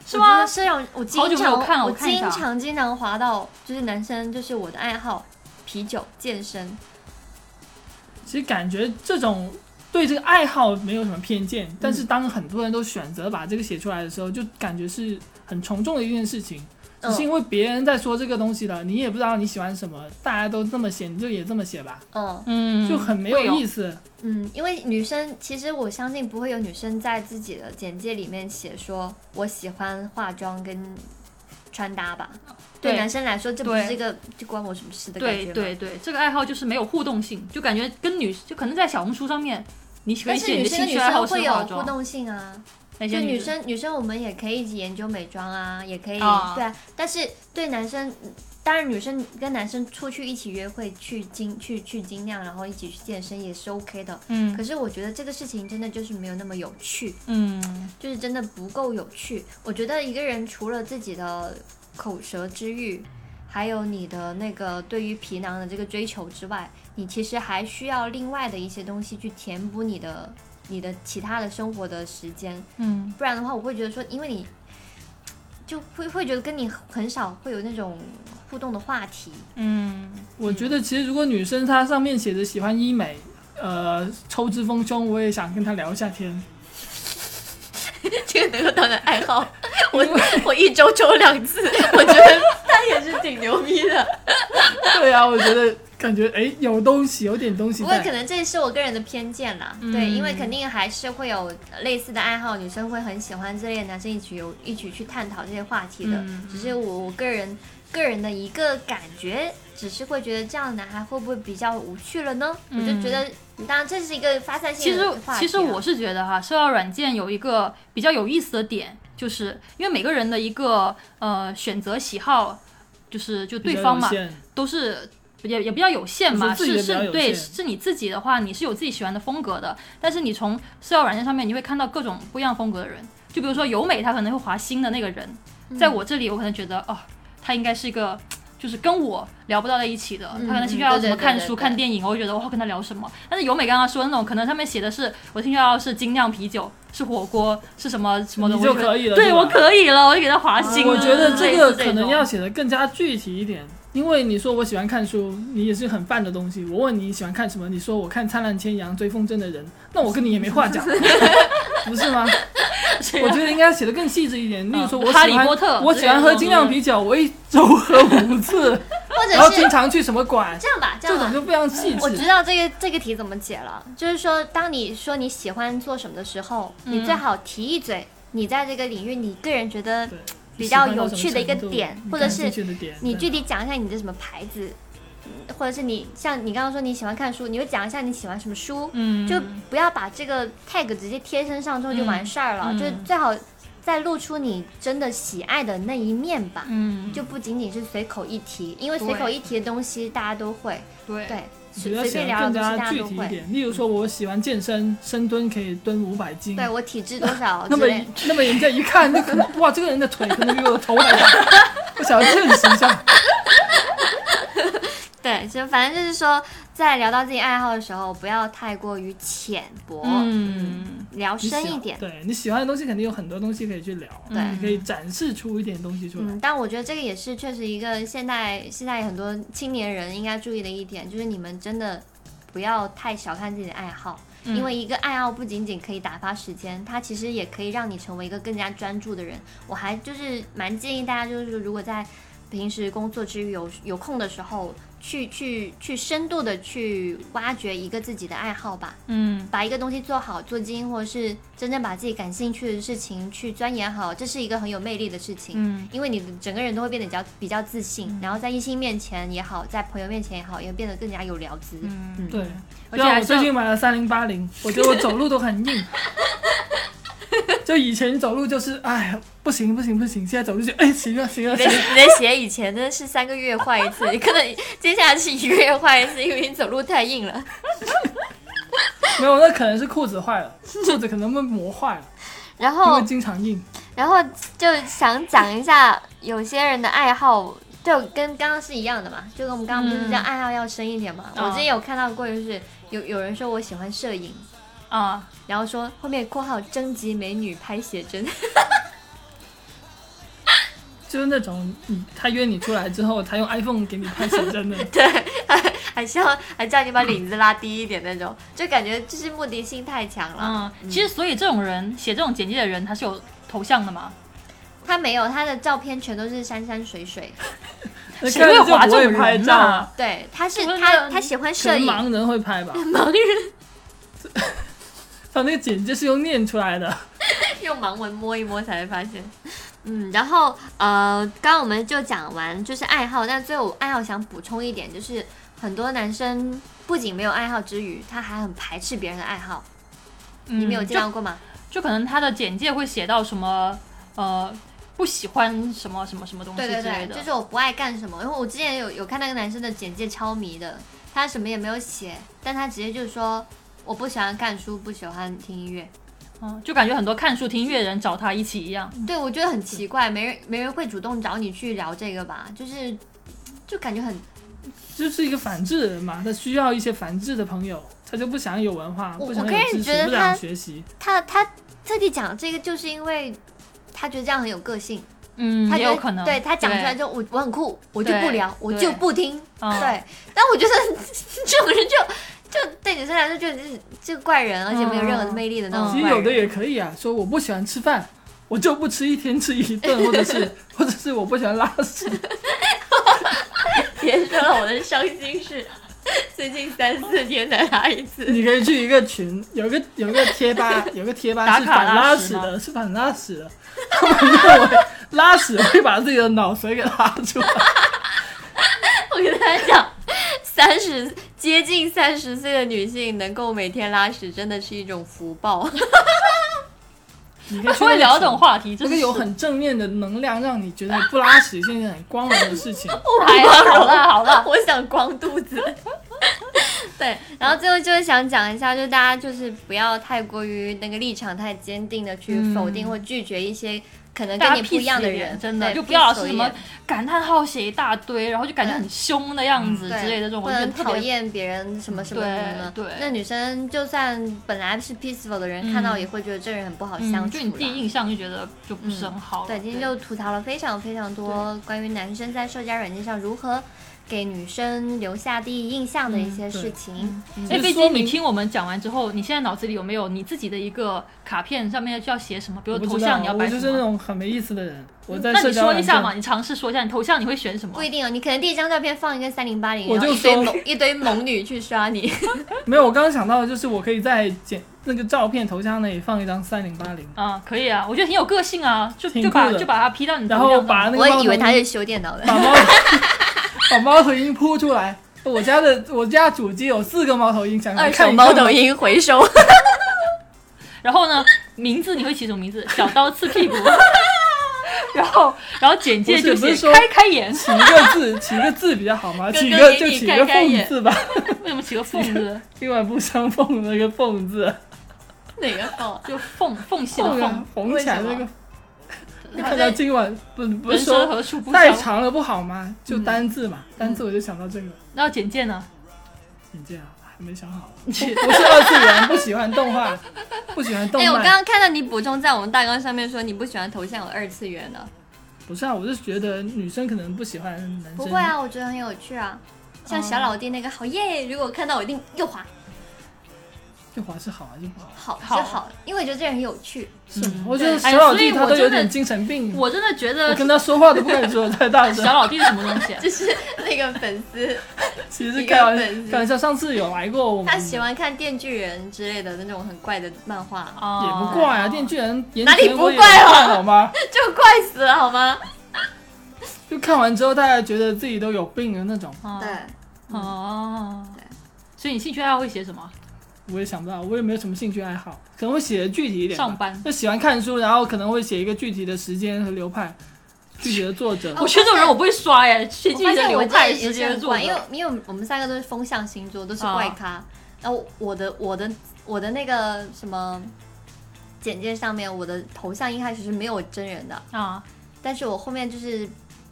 [SPEAKER 1] 是吗
[SPEAKER 2] 我觉得是让我
[SPEAKER 1] 好久
[SPEAKER 2] 经
[SPEAKER 1] 没有
[SPEAKER 2] 常
[SPEAKER 1] 看了
[SPEAKER 2] 我
[SPEAKER 1] 我看一下
[SPEAKER 2] 经常经常滑到，就是男生就是我的爱好，啤酒健身，
[SPEAKER 3] 其实感觉这种对这个爱好没有什么偏见，但是当很多人都选择把这个写出来的时候，就感觉是很从众的一件事情。只
[SPEAKER 2] 嗯
[SPEAKER 3] 是因为别人在说这个东西了，你也不知道你喜欢什么，大家都这么写，你就也这么写吧，
[SPEAKER 2] 嗯 [laughs]
[SPEAKER 1] 嗯，
[SPEAKER 3] 就很没
[SPEAKER 1] 会有
[SPEAKER 3] 意思。
[SPEAKER 2] 嗯，因为女生其实我相信不会有女生在自己的简介里面写说我喜欢化妆跟穿搭吧。对
[SPEAKER 1] 对
[SPEAKER 2] 男生来说，这不是
[SPEAKER 1] 对
[SPEAKER 2] 这个就关我什么事的感觉
[SPEAKER 1] 对
[SPEAKER 2] 吗？
[SPEAKER 1] 对对，这个爱好就是没有互动性，就感觉跟女就可能在小红书上面，你可
[SPEAKER 2] 但
[SPEAKER 1] 以
[SPEAKER 2] 是
[SPEAKER 1] 写你
[SPEAKER 2] 女
[SPEAKER 1] 的兴
[SPEAKER 2] 生跟女
[SPEAKER 1] 趣爱好
[SPEAKER 2] 生
[SPEAKER 1] 是
[SPEAKER 2] 会有
[SPEAKER 1] 化
[SPEAKER 2] 互
[SPEAKER 1] 妆，
[SPEAKER 2] 动性啊，
[SPEAKER 1] 那些
[SPEAKER 2] 就女
[SPEAKER 1] 生
[SPEAKER 2] 生女生我们也可以一起研究美妆啊，也可以、
[SPEAKER 1] 啊
[SPEAKER 2] 对啊，但是对男生，当然女生跟男生出去一起约会，去精去去精酿，然后一起去健身也是 OK 的。
[SPEAKER 1] 嗯
[SPEAKER 2] 可是我觉得这个事情真的就是没有那么有趣，
[SPEAKER 1] 嗯
[SPEAKER 2] 就是真的不够有趣。我觉得一个人除了自己的口舌之欲，还有你的那个对于皮囊的这个追求之外，你其实还需要另外的一些东西去填补你的你的其他的生活的时间。
[SPEAKER 1] 嗯
[SPEAKER 2] 不然的话，我会觉得说，因为你就会会觉得跟你很少会有那种互动的话题。
[SPEAKER 1] 嗯
[SPEAKER 3] 我觉得其实如果女生她上面写着喜欢医美，呃，抽脂丰胸，我也想跟她聊一下天。
[SPEAKER 2] 这个能够当的爱好，我我一周抽两次，我觉得他也是挺牛逼的。
[SPEAKER 3] [laughs] 对啊，我觉得感觉哎有东西，有点东西
[SPEAKER 2] 不过
[SPEAKER 3] 在。
[SPEAKER 2] 可能这是我个人的偏见啦，
[SPEAKER 1] 嗯
[SPEAKER 2] 对，因为肯定还是会有类似的爱好，女生会很喜欢这类男生一起有一起去探讨这些话题的。
[SPEAKER 1] 嗯
[SPEAKER 2] 只是我我个人个人的一个感觉，只是会觉得这样的男孩会不会比较无趣了呢？我就觉得，嗯当然这是一个发散
[SPEAKER 1] 其
[SPEAKER 2] 性
[SPEAKER 1] 实
[SPEAKER 2] 的话题啊、
[SPEAKER 1] 嗯其实我是觉得哈，社交软件有一个比较有意思的点，就是因为每个人的一个呃选择喜好，就是就
[SPEAKER 3] 比较
[SPEAKER 1] 对方嘛
[SPEAKER 3] 有，限
[SPEAKER 1] 都是也也比较有限嘛，
[SPEAKER 3] 就是自己
[SPEAKER 1] 是
[SPEAKER 3] 的
[SPEAKER 1] 是
[SPEAKER 3] 比较有
[SPEAKER 1] 对，
[SPEAKER 3] 限
[SPEAKER 1] 是你自己的话，你是有自己喜欢的风格的。但是你从社交软件上面，你会看到各种不一样风格的人。就比如说由美，她可能会划新的那个人，
[SPEAKER 3] 嗯
[SPEAKER 1] 在我这里，我可能觉得哦，她应该是一个。就是跟我聊不到在一起的，
[SPEAKER 3] 嗯
[SPEAKER 1] 她可能兴趣爱好怎么
[SPEAKER 2] 对对对
[SPEAKER 1] 看
[SPEAKER 2] 对
[SPEAKER 1] 书、
[SPEAKER 2] 对
[SPEAKER 1] 看电影，我会觉得我要跟她聊什么。但是由美刚刚说的那种，可能上面写的是我的兴趣爱好是精酿啤酒、是火锅、是什么什么的，
[SPEAKER 3] 你
[SPEAKER 1] 我
[SPEAKER 3] 就
[SPEAKER 1] 觉得
[SPEAKER 3] 可以了
[SPEAKER 1] 对
[SPEAKER 3] 是吧啊
[SPEAKER 1] 我可以了，我就给她划新了。
[SPEAKER 3] 我觉得
[SPEAKER 1] 类
[SPEAKER 3] 这
[SPEAKER 1] 似
[SPEAKER 3] 个
[SPEAKER 1] 这
[SPEAKER 3] 可能
[SPEAKER 1] 种
[SPEAKER 3] 要写的更加具体一点，因为你说我喜欢看书，你也是很泛的东西。我问你喜欢看什么，你说我看《灿烂千阳》《追风筝的人》，那我跟你也没
[SPEAKER 2] [laughs]
[SPEAKER 3] 话讲，不是吗？
[SPEAKER 2] 啊
[SPEAKER 3] 我觉得应该写的更细致一点。例如说，我
[SPEAKER 1] 哈利
[SPEAKER 3] 喜欢
[SPEAKER 1] 波特
[SPEAKER 3] 我喜欢喝精酿啤酒，我一周喝五
[SPEAKER 2] [laughs]
[SPEAKER 3] 次，
[SPEAKER 2] 嗯或
[SPEAKER 3] 然后
[SPEAKER 2] 者是
[SPEAKER 3] 经常去什么馆，
[SPEAKER 2] 这样吧，这
[SPEAKER 3] 这
[SPEAKER 2] 样
[SPEAKER 3] 种
[SPEAKER 2] 吧。
[SPEAKER 3] 就非常细
[SPEAKER 2] 我知
[SPEAKER 3] 致。
[SPEAKER 2] 道这个这个题怎么解了，就是说，当你说你喜欢做什么的时候，
[SPEAKER 1] 嗯
[SPEAKER 2] 你最好提一嘴，你在这个领域你个人觉得
[SPEAKER 3] 对
[SPEAKER 2] 比较有趣的一个点，或者是你具
[SPEAKER 3] 体
[SPEAKER 2] 体讲一下你的什么牌子，嗯或者是你像你刚刚说你喜欢看书，你就讲一下你喜欢什么书，
[SPEAKER 1] 嗯，
[SPEAKER 2] 就不要把这个 tag 直接贴身上之后就完事儿了，
[SPEAKER 1] 嗯嗯
[SPEAKER 2] 就是最好再露出你真的喜爱的那一面吧，
[SPEAKER 1] 嗯，
[SPEAKER 2] 就不仅仅是随口一提，因为随口一提的东西大家都会，
[SPEAKER 1] 对，
[SPEAKER 2] 对，
[SPEAKER 3] 我觉
[SPEAKER 2] 随
[SPEAKER 3] 得
[SPEAKER 2] 随
[SPEAKER 3] 写
[SPEAKER 2] 便
[SPEAKER 3] 的
[SPEAKER 2] 聊
[SPEAKER 3] 更
[SPEAKER 2] 的东西大
[SPEAKER 3] 加
[SPEAKER 2] 家
[SPEAKER 3] 具
[SPEAKER 2] 都
[SPEAKER 3] 体一
[SPEAKER 2] 会，
[SPEAKER 3] 点。例如说，我喜欢健身，深蹲可以蹲五百斤，
[SPEAKER 2] 对我体脂 [laughs] 多少之
[SPEAKER 3] 那么
[SPEAKER 2] 类的。
[SPEAKER 3] 那么人家一看，那可能哇，这个人的腿可能比我的头还大，我想要认识一下。
[SPEAKER 2] 对，就反正就是说，在聊到自己爱好的时候，不要太过于浅薄，
[SPEAKER 1] 嗯，
[SPEAKER 2] 聊
[SPEAKER 3] 你喜
[SPEAKER 2] [laughs] 深一点。
[SPEAKER 3] 对你喜欢的东西肯定有很多东西可以去聊，
[SPEAKER 2] 对
[SPEAKER 3] 你可以展示出一点东西出来。
[SPEAKER 2] 嗯，但我觉得这个也是确实一个现代现在很多青年人应该注意的一点，就是你们真的不要太小看自己的爱好，因为一个爱好不仅仅可以打发时间，它其实也可以让你成为一个更加专注的人。我还就是蛮建议大家，就是如果在平时工作之余有有空的时候，去去去深度的去挖掘一个自己的爱好吧。
[SPEAKER 1] 嗯，
[SPEAKER 2] 把一个东西做好、做精，或者是真正把自己感兴趣的事情去钻研好，这是一个很有魅力的事情。
[SPEAKER 1] 嗯，
[SPEAKER 2] 因为你整个人都会变得比较比较自信，然后在异性面前也好，在朋友面前也好，也变得更加有聊资。嗯，
[SPEAKER 3] 对，
[SPEAKER 1] 而且
[SPEAKER 3] 就像
[SPEAKER 1] 还
[SPEAKER 3] 我
[SPEAKER 1] 是
[SPEAKER 3] 最
[SPEAKER 1] 要
[SPEAKER 3] 近买了三零八零，我觉得我走路都很硬。就以前走路就是哎不行不行不行，现在走路就哎行了行了
[SPEAKER 2] [laughs] 你
[SPEAKER 3] 行
[SPEAKER 2] 的
[SPEAKER 3] 了。
[SPEAKER 2] 你的鞋以前呢是三个月换一次，你 [laughs] 可能接下来是一个月换一次，因为你走路太硬了。
[SPEAKER 3] 没有，那可能是裤子坏了，裤子可能被磨坏了，
[SPEAKER 2] 然
[SPEAKER 3] 因
[SPEAKER 2] 后
[SPEAKER 3] 为经常硬。
[SPEAKER 2] 然后就想讲一下有些人的爱好，就跟刚刚是一样的嘛，就跟我们刚刚不是讲爱好要深一点嘛。
[SPEAKER 1] 嗯
[SPEAKER 2] 我之前有看到过，就是有有人说我喜欢摄影，
[SPEAKER 1] 啊，
[SPEAKER 2] 然后说后面括号征集美女拍写真，
[SPEAKER 3] 就是那种，嗯，他约你出来之后，他用 iPhone 给你拍写
[SPEAKER 1] [laughs]
[SPEAKER 3] 真的，
[SPEAKER 2] [laughs] 对，还希望还叫你把领子拉低一点那种，就感觉就是目的性太强了。
[SPEAKER 1] 嗯，其实所以这种人写这种简介的人，他是有头像的嘛？
[SPEAKER 2] 他没有，他的照片全都是山山水水。
[SPEAKER 3] 那
[SPEAKER 1] 谁会划
[SPEAKER 3] 看着就
[SPEAKER 1] 这
[SPEAKER 3] 不
[SPEAKER 1] 种
[SPEAKER 3] 会
[SPEAKER 1] 人
[SPEAKER 3] 拍照啊？
[SPEAKER 1] 呐？
[SPEAKER 2] 对，他是
[SPEAKER 1] 我真
[SPEAKER 2] 他
[SPEAKER 1] 的
[SPEAKER 2] 他喜欢
[SPEAKER 3] 可
[SPEAKER 2] 摄
[SPEAKER 3] 能
[SPEAKER 2] 影，
[SPEAKER 3] 盲人会拍吧，
[SPEAKER 2] 盲人
[SPEAKER 3] 他那个简介是用念出来的。
[SPEAKER 2] 用盲文摸一摸才会发现。嗯，然后呃，刚刚我们就讲完就是爱好，但最后我爱好想补充一点，就是很多男生不仅没有爱好之余，他还很排斥别人的爱好。
[SPEAKER 1] 嗯
[SPEAKER 2] 你们有
[SPEAKER 1] 就
[SPEAKER 2] 见到过吗？
[SPEAKER 1] 就可能他的简介会写到什么呃不喜欢什么什么什么东西
[SPEAKER 2] 对
[SPEAKER 1] 之
[SPEAKER 2] 对
[SPEAKER 1] 类
[SPEAKER 2] 对，
[SPEAKER 1] 的，
[SPEAKER 2] 就是我不爱干什么。因为我之前有有看那个男生的简介超迷的，他什么也没有写，但他直接就说我不喜欢看书，不喜欢听音乐。
[SPEAKER 1] 嗯，就感觉很多看书听音乐的人找他一起一样，
[SPEAKER 2] 对，我觉得很奇怪，没人没人会主动找你去聊这个吧，就是就感觉很，
[SPEAKER 3] 就是一个反智的人嘛，他需要一些反智的朋友，他就不想有文化，
[SPEAKER 2] 我
[SPEAKER 3] 不想
[SPEAKER 2] 我个人
[SPEAKER 3] 有知
[SPEAKER 2] 觉得
[SPEAKER 3] 识，不
[SPEAKER 2] 他
[SPEAKER 3] 想学习。
[SPEAKER 2] 他他特地讲这个，就是因为他觉得这样很有个性，
[SPEAKER 1] 嗯，
[SPEAKER 2] 他
[SPEAKER 1] 也
[SPEAKER 2] 觉得
[SPEAKER 1] 有可能，
[SPEAKER 2] 对他讲出来之后，我我很酷，我就
[SPEAKER 1] 对
[SPEAKER 2] 不聊，我
[SPEAKER 1] 对
[SPEAKER 2] 就不听，
[SPEAKER 1] 嗯
[SPEAKER 2] 对，但我觉得 [laughs] 这种人就就对女生来说就是就怪人，而且没有任何的魅力的那种
[SPEAKER 1] 嗯
[SPEAKER 3] 其实
[SPEAKER 2] 怪人。
[SPEAKER 3] 有的也可以啊，说我不喜欢吃饭，我就不吃一天吃一顿，或者是
[SPEAKER 1] [laughs]
[SPEAKER 3] 或者是我不喜欢拉屎，
[SPEAKER 2] 别说了，我的伤心事，最近三四天才拉
[SPEAKER 1] [laughs]
[SPEAKER 2] 一次。
[SPEAKER 3] [laughs] 你可以去一个群，有一个有一个贴吧，有个贴吧
[SPEAKER 1] 打
[SPEAKER 3] 是
[SPEAKER 1] 卡
[SPEAKER 3] 反
[SPEAKER 1] 拉
[SPEAKER 3] 拉
[SPEAKER 1] 屎
[SPEAKER 3] 屎
[SPEAKER 1] 吗
[SPEAKER 3] 的，是反拉屎的。他们认为拉屎会把自己的脑髓给拉出来，
[SPEAKER 2] [laughs] 我跟大家讲，三十接近三十岁的女性能够每天拉屎，真的是一种福报。 [laughs]
[SPEAKER 3] 你可以去
[SPEAKER 1] 会聊这
[SPEAKER 3] 那个
[SPEAKER 1] 种话题，
[SPEAKER 3] 群，
[SPEAKER 1] 这
[SPEAKER 3] 这个
[SPEAKER 1] 是
[SPEAKER 3] 有很正面的能量，让你觉得不拉屎是一件很光荣的事情。
[SPEAKER 1] 哎呀 [laughs] 好了好了，
[SPEAKER 2] 我想光肚子。 [laughs] 对，然后最后就是想讲一下，就是大家就是不要太过于那个立场太坚定的去否定
[SPEAKER 1] 嗯
[SPEAKER 2] 或拒绝一些可能
[SPEAKER 1] 大家
[SPEAKER 2] 跟你
[SPEAKER 1] peace
[SPEAKER 2] 不一样的
[SPEAKER 1] 一点
[SPEAKER 2] 人，
[SPEAKER 1] 真的
[SPEAKER 2] 对
[SPEAKER 1] 就不要老
[SPEAKER 2] ，peace
[SPEAKER 1] 是什
[SPEAKER 2] 一
[SPEAKER 1] 么
[SPEAKER 2] 点
[SPEAKER 1] 感叹号写一大堆，然后就感觉很凶的样子
[SPEAKER 2] 嗯对
[SPEAKER 1] 嗯之类的这种，
[SPEAKER 2] 不
[SPEAKER 1] 我觉得
[SPEAKER 2] 能
[SPEAKER 1] 特
[SPEAKER 2] 讨
[SPEAKER 1] 别
[SPEAKER 2] 厌别人什么什么什么的。
[SPEAKER 1] 对对
[SPEAKER 2] 那女生就算本来是 peaceful 的人，
[SPEAKER 1] 嗯
[SPEAKER 2] 看到也会觉得这人很不好
[SPEAKER 1] 嗯
[SPEAKER 2] 相处
[SPEAKER 1] 就
[SPEAKER 2] 啦。
[SPEAKER 1] 你第一印象就觉得就不是很好了。
[SPEAKER 2] 对，今天就吐槽了非常非常多关于男生在社交软件上如何给女生留下第一印象的一些事情。嗯
[SPEAKER 1] 哎，
[SPEAKER 3] 就
[SPEAKER 1] 飞
[SPEAKER 3] 说
[SPEAKER 1] 机，你
[SPEAKER 3] 明
[SPEAKER 1] 听我们讲完之后，你现在脑子里有没有你自己的一个卡片？上面需要写什么？比如
[SPEAKER 3] 我不
[SPEAKER 1] 头
[SPEAKER 3] 知
[SPEAKER 1] 像
[SPEAKER 3] 道
[SPEAKER 1] 你要，
[SPEAKER 3] 我
[SPEAKER 1] 摆
[SPEAKER 3] 就
[SPEAKER 1] 什
[SPEAKER 3] 是那
[SPEAKER 1] 么？
[SPEAKER 3] 种很没意思的人。我在
[SPEAKER 1] 那
[SPEAKER 3] 社
[SPEAKER 1] 你
[SPEAKER 3] 交
[SPEAKER 1] 说一下
[SPEAKER 3] 软件
[SPEAKER 1] 嘛，你尝试说一下，你头像你会选什么
[SPEAKER 2] 不？一定哦，你可能第一张照片放一个三零八零，
[SPEAKER 3] 我
[SPEAKER 2] 然后
[SPEAKER 3] 就
[SPEAKER 2] 一堆
[SPEAKER 3] 说
[SPEAKER 2] 猛一堆猛女去刷你，
[SPEAKER 3] 没有，我刚刚想到的就是我可以在简那个照片头像那里放一张三零八零，
[SPEAKER 1] 啊，可以啊，我觉得挺有个性啊，就
[SPEAKER 3] 挺
[SPEAKER 1] 就把
[SPEAKER 3] 酷的
[SPEAKER 1] 就把它 P 到你头
[SPEAKER 3] 然
[SPEAKER 1] 像上，
[SPEAKER 3] 后 [laughs] 把那个
[SPEAKER 2] 我
[SPEAKER 3] 猫
[SPEAKER 2] 以为
[SPEAKER 3] 头
[SPEAKER 2] 他
[SPEAKER 3] 鹰
[SPEAKER 2] 是修电脑的。
[SPEAKER 3] [laughs] 把猫把猫头鹰扑出来。我家的我家主机有四个猫头鹰，想
[SPEAKER 2] [laughs]
[SPEAKER 3] 来
[SPEAKER 2] 二
[SPEAKER 3] 看
[SPEAKER 2] 手
[SPEAKER 3] 一
[SPEAKER 2] 猫
[SPEAKER 3] 看
[SPEAKER 2] 头鹰回收，
[SPEAKER 1] 然后呢，名字你会起什么名字？小刀刺
[SPEAKER 2] [laughs]
[SPEAKER 1] 屁股。然后，然后简介
[SPEAKER 3] 不是
[SPEAKER 1] 就
[SPEAKER 3] 不
[SPEAKER 1] 写
[SPEAKER 3] 是说
[SPEAKER 1] 开开眼，
[SPEAKER 3] 起一个字，起一个字比较好嘛，
[SPEAKER 1] 哥
[SPEAKER 3] 起一
[SPEAKER 1] 哥
[SPEAKER 3] 个
[SPEAKER 1] 给
[SPEAKER 3] 就
[SPEAKER 1] 你
[SPEAKER 3] 起一
[SPEAKER 1] 开
[SPEAKER 3] 个
[SPEAKER 1] 开
[SPEAKER 3] 凤
[SPEAKER 1] 眼
[SPEAKER 3] 字吧，
[SPEAKER 1] 为什么起个凤
[SPEAKER 3] [laughs]
[SPEAKER 1] 字？
[SPEAKER 3] 今晚不相逢那个凤
[SPEAKER 1] [laughs]
[SPEAKER 3] 字，
[SPEAKER 2] 哪个好？
[SPEAKER 1] 哦就缝缝隙的
[SPEAKER 3] 凤
[SPEAKER 1] 缝
[SPEAKER 3] 啊。红起来那个，
[SPEAKER 1] 为什么
[SPEAKER 3] 看到今晚不不
[SPEAKER 1] 人
[SPEAKER 3] 是
[SPEAKER 1] 生
[SPEAKER 3] 说
[SPEAKER 1] 何处不嗯
[SPEAKER 3] 太
[SPEAKER 1] 相？
[SPEAKER 3] 长了不好吗？就单字嘛，单字我就想到这个，
[SPEAKER 1] 那简介
[SPEAKER 3] [laughs]
[SPEAKER 1] 呢？
[SPEAKER 3] 你这样啊还没想好，我不是二次元，不喜欢
[SPEAKER 1] [laughs]
[SPEAKER 3] 动画，不喜欢动
[SPEAKER 2] 哎、我刚
[SPEAKER 3] 漫，
[SPEAKER 2] 刚看到你补充在我们大纲上面说你不喜欢头像有二次元的，
[SPEAKER 3] 不是啊，我是觉得女生可能不喜欢男生，
[SPEAKER 2] 不会啊，我觉得很有趣啊。像小老弟那个好耶，如果看到我一定又滑，
[SPEAKER 3] 就滑是好啊，就不好，
[SPEAKER 2] 好
[SPEAKER 1] 好
[SPEAKER 2] 是好，因为我觉得这人很有趣。
[SPEAKER 3] 是
[SPEAKER 1] 嗯
[SPEAKER 3] 我觉得
[SPEAKER 1] 哎
[SPEAKER 3] 小老
[SPEAKER 1] 所以
[SPEAKER 3] 弟他
[SPEAKER 1] 我
[SPEAKER 3] 都
[SPEAKER 1] 真
[SPEAKER 3] 有
[SPEAKER 1] 的
[SPEAKER 3] 点精神病，
[SPEAKER 1] 我真的觉
[SPEAKER 3] 我
[SPEAKER 1] 得
[SPEAKER 3] 跟他说话都不敢说太大声
[SPEAKER 1] 小。老弟是什么东西啊？
[SPEAKER 2] 就是那个粉丝，
[SPEAKER 3] 其实
[SPEAKER 2] 一
[SPEAKER 3] 是
[SPEAKER 2] 个
[SPEAKER 3] 开玩
[SPEAKER 2] 粉丝
[SPEAKER 3] 开玩笑，上次有来过我们，
[SPEAKER 2] 他喜欢看《电锯人》之类的那种很怪的漫画，
[SPEAKER 3] [laughs] 也
[SPEAKER 1] 哦
[SPEAKER 3] 不怪啊，电锯人
[SPEAKER 2] 哪里不怪啊
[SPEAKER 3] 啊？好吗？
[SPEAKER 2] 就怪死了好吗？
[SPEAKER 3] 就看完之后，大家觉得自己都有病的那种，
[SPEAKER 1] 哦
[SPEAKER 2] 对，嗯
[SPEAKER 1] 哦
[SPEAKER 2] 对，
[SPEAKER 1] 所以你兴趣爱好会写什么？
[SPEAKER 3] 我也想不到，我也没有什么兴趣爱好，可能会写的具体一点吧。
[SPEAKER 1] 上班
[SPEAKER 3] 就喜欢看书，然后可能会写一个具体的时间和流派，具体的
[SPEAKER 1] [laughs]
[SPEAKER 3] 作者。
[SPEAKER 2] 哦
[SPEAKER 1] 我觉得这种人我不会刷哎，写
[SPEAKER 2] 我
[SPEAKER 1] 进
[SPEAKER 2] 发
[SPEAKER 1] 去的
[SPEAKER 2] 现我
[SPEAKER 1] 流
[SPEAKER 2] 这
[SPEAKER 1] 派
[SPEAKER 2] 也
[SPEAKER 1] 时
[SPEAKER 2] 是
[SPEAKER 1] 间
[SPEAKER 2] 很
[SPEAKER 1] 做
[SPEAKER 2] 怪，因为因为我们三个都是风象星座，都是怪咖。然后我的我的我的那个什么简介上面，我的头像一开始是没有真人的，
[SPEAKER 1] 啊，
[SPEAKER 2] 但是我后面就是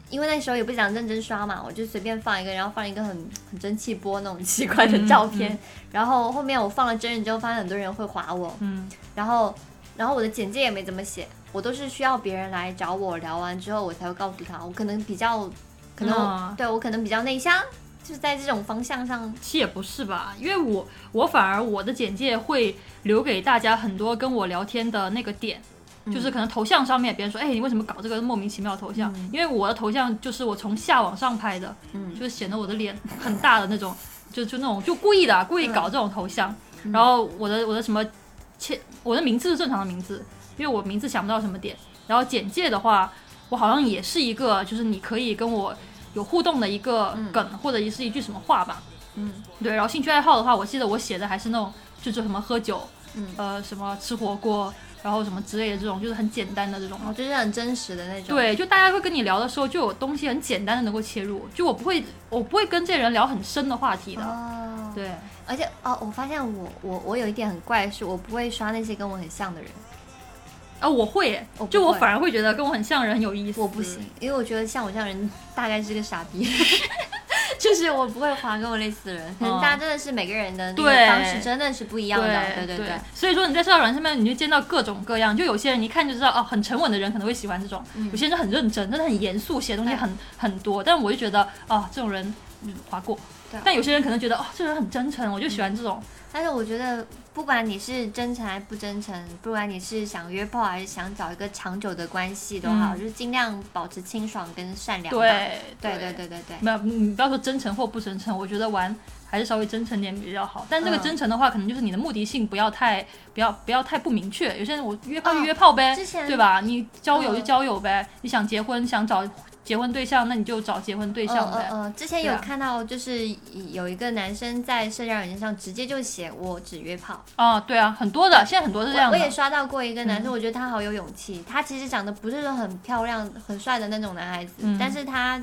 [SPEAKER 2] 因为那时候也不想认真刷嘛，我就随便放一个，然后放一个很很蒸汽波那种奇怪的照片，
[SPEAKER 1] 嗯
[SPEAKER 2] 然后后面我放了真人之后，发现很多人会划我，
[SPEAKER 1] 嗯，
[SPEAKER 2] 然后然后我的简介也没怎么写，我都是需要别人来找我聊完之后，我才会告诉他，我可能比较可能我、
[SPEAKER 1] 啊
[SPEAKER 2] 对我可能比较内向，就是在这种方向上，
[SPEAKER 1] 其实也不是吧，因为我我反而我的简介会留给大家很多跟我聊天的那个点，就是可能头像上面别人说，哎，你为什么搞这个莫名其妙的头像？因为我的头像就是我从下往上拍的，
[SPEAKER 2] 嗯
[SPEAKER 1] 就是显得我的脸很大的那种， [laughs] 就就那种就故意的啊、故意搞这种头像。然后我的我的什么签，我的名字是正常的名字，因为我名字想不到什么点。然后简介的话，我好像也是一个，就是你可以跟我有互动的一个梗，或者是一句什么话吧。
[SPEAKER 2] 嗯，
[SPEAKER 1] 对。然后兴趣爱好的话，我记得我写的还是那种，就是什么喝酒，
[SPEAKER 2] 嗯
[SPEAKER 1] 呃，什么吃火锅，然后什么之类的这种，就是很简单的这种。
[SPEAKER 2] 嗯我就是很真实的那种，，
[SPEAKER 1] 对，就大家会跟你聊的时候，就有东西很简单的能够切入，就我不会，我不会跟这人聊很深的话题的。
[SPEAKER 2] 哦，
[SPEAKER 1] 对，
[SPEAKER 2] 而且哦，我发现我我我有一点很怪，是我不会刷那些跟我很像的人。
[SPEAKER 1] 啊，我会耶
[SPEAKER 2] 哦我，不
[SPEAKER 1] 就我
[SPEAKER 2] 会
[SPEAKER 1] 反而会觉得跟我很像的人很有意思。
[SPEAKER 2] 我不行，因为我觉得像我这样人大概是个傻逼， [laughs] 就是我不会划跟我类似的人。可能大家真的是每个人的那个
[SPEAKER 1] 哦对
[SPEAKER 2] 方式真的是不一样的，对
[SPEAKER 1] 对
[SPEAKER 2] 对。
[SPEAKER 1] 所以说你在社交软件上面，你就见到各种各样，就有些人一看就知道哦，很沉稳的人可能会喜欢这种，有些人就很认真，真的很严肃，写东西
[SPEAKER 2] 嗯对
[SPEAKER 1] 很很多。但我就觉得哦，这种人嗯划过
[SPEAKER 2] 对。啊
[SPEAKER 1] 但有些人可能觉得哦，这个人很真诚，我就喜欢这种。
[SPEAKER 2] 但是我觉得，不管你是真诚还是不真诚，不管你是想约炮还是想找一个长久的关系都好，
[SPEAKER 1] 嗯
[SPEAKER 2] 就是尽量保持清爽跟善良吧。
[SPEAKER 1] 对
[SPEAKER 2] 对对对对对。
[SPEAKER 1] 没有，你不要说真诚或不真诚，我觉得玩还是稍微真诚点比较好。但这个
[SPEAKER 2] 嗯
[SPEAKER 1] 真诚的话，可能就是你的目的性不要太不要不要太不明确。有些人我约炮就
[SPEAKER 2] 哦
[SPEAKER 1] 约炮呗，
[SPEAKER 2] 之前
[SPEAKER 1] 对吧？你交友就
[SPEAKER 2] 嗯
[SPEAKER 1] 交友呗，你想结婚想找结婚对象，那你就找结婚对象呗。
[SPEAKER 2] 嗯嗯嗯，之前
[SPEAKER 1] 对
[SPEAKER 2] 有
[SPEAKER 1] 啊
[SPEAKER 2] 看到，就是有一个男生在社交软件上直接就写我只约炮，
[SPEAKER 1] 啊，对啊，很多的，现在很多是这
[SPEAKER 2] 我
[SPEAKER 1] 样
[SPEAKER 2] 我也
[SPEAKER 1] 的。嗯
[SPEAKER 2] 刷到过一个男生，我觉得他好有勇气。他其实长得不是说很漂亮、很帅的那种男孩子，
[SPEAKER 1] 嗯
[SPEAKER 2] 但是他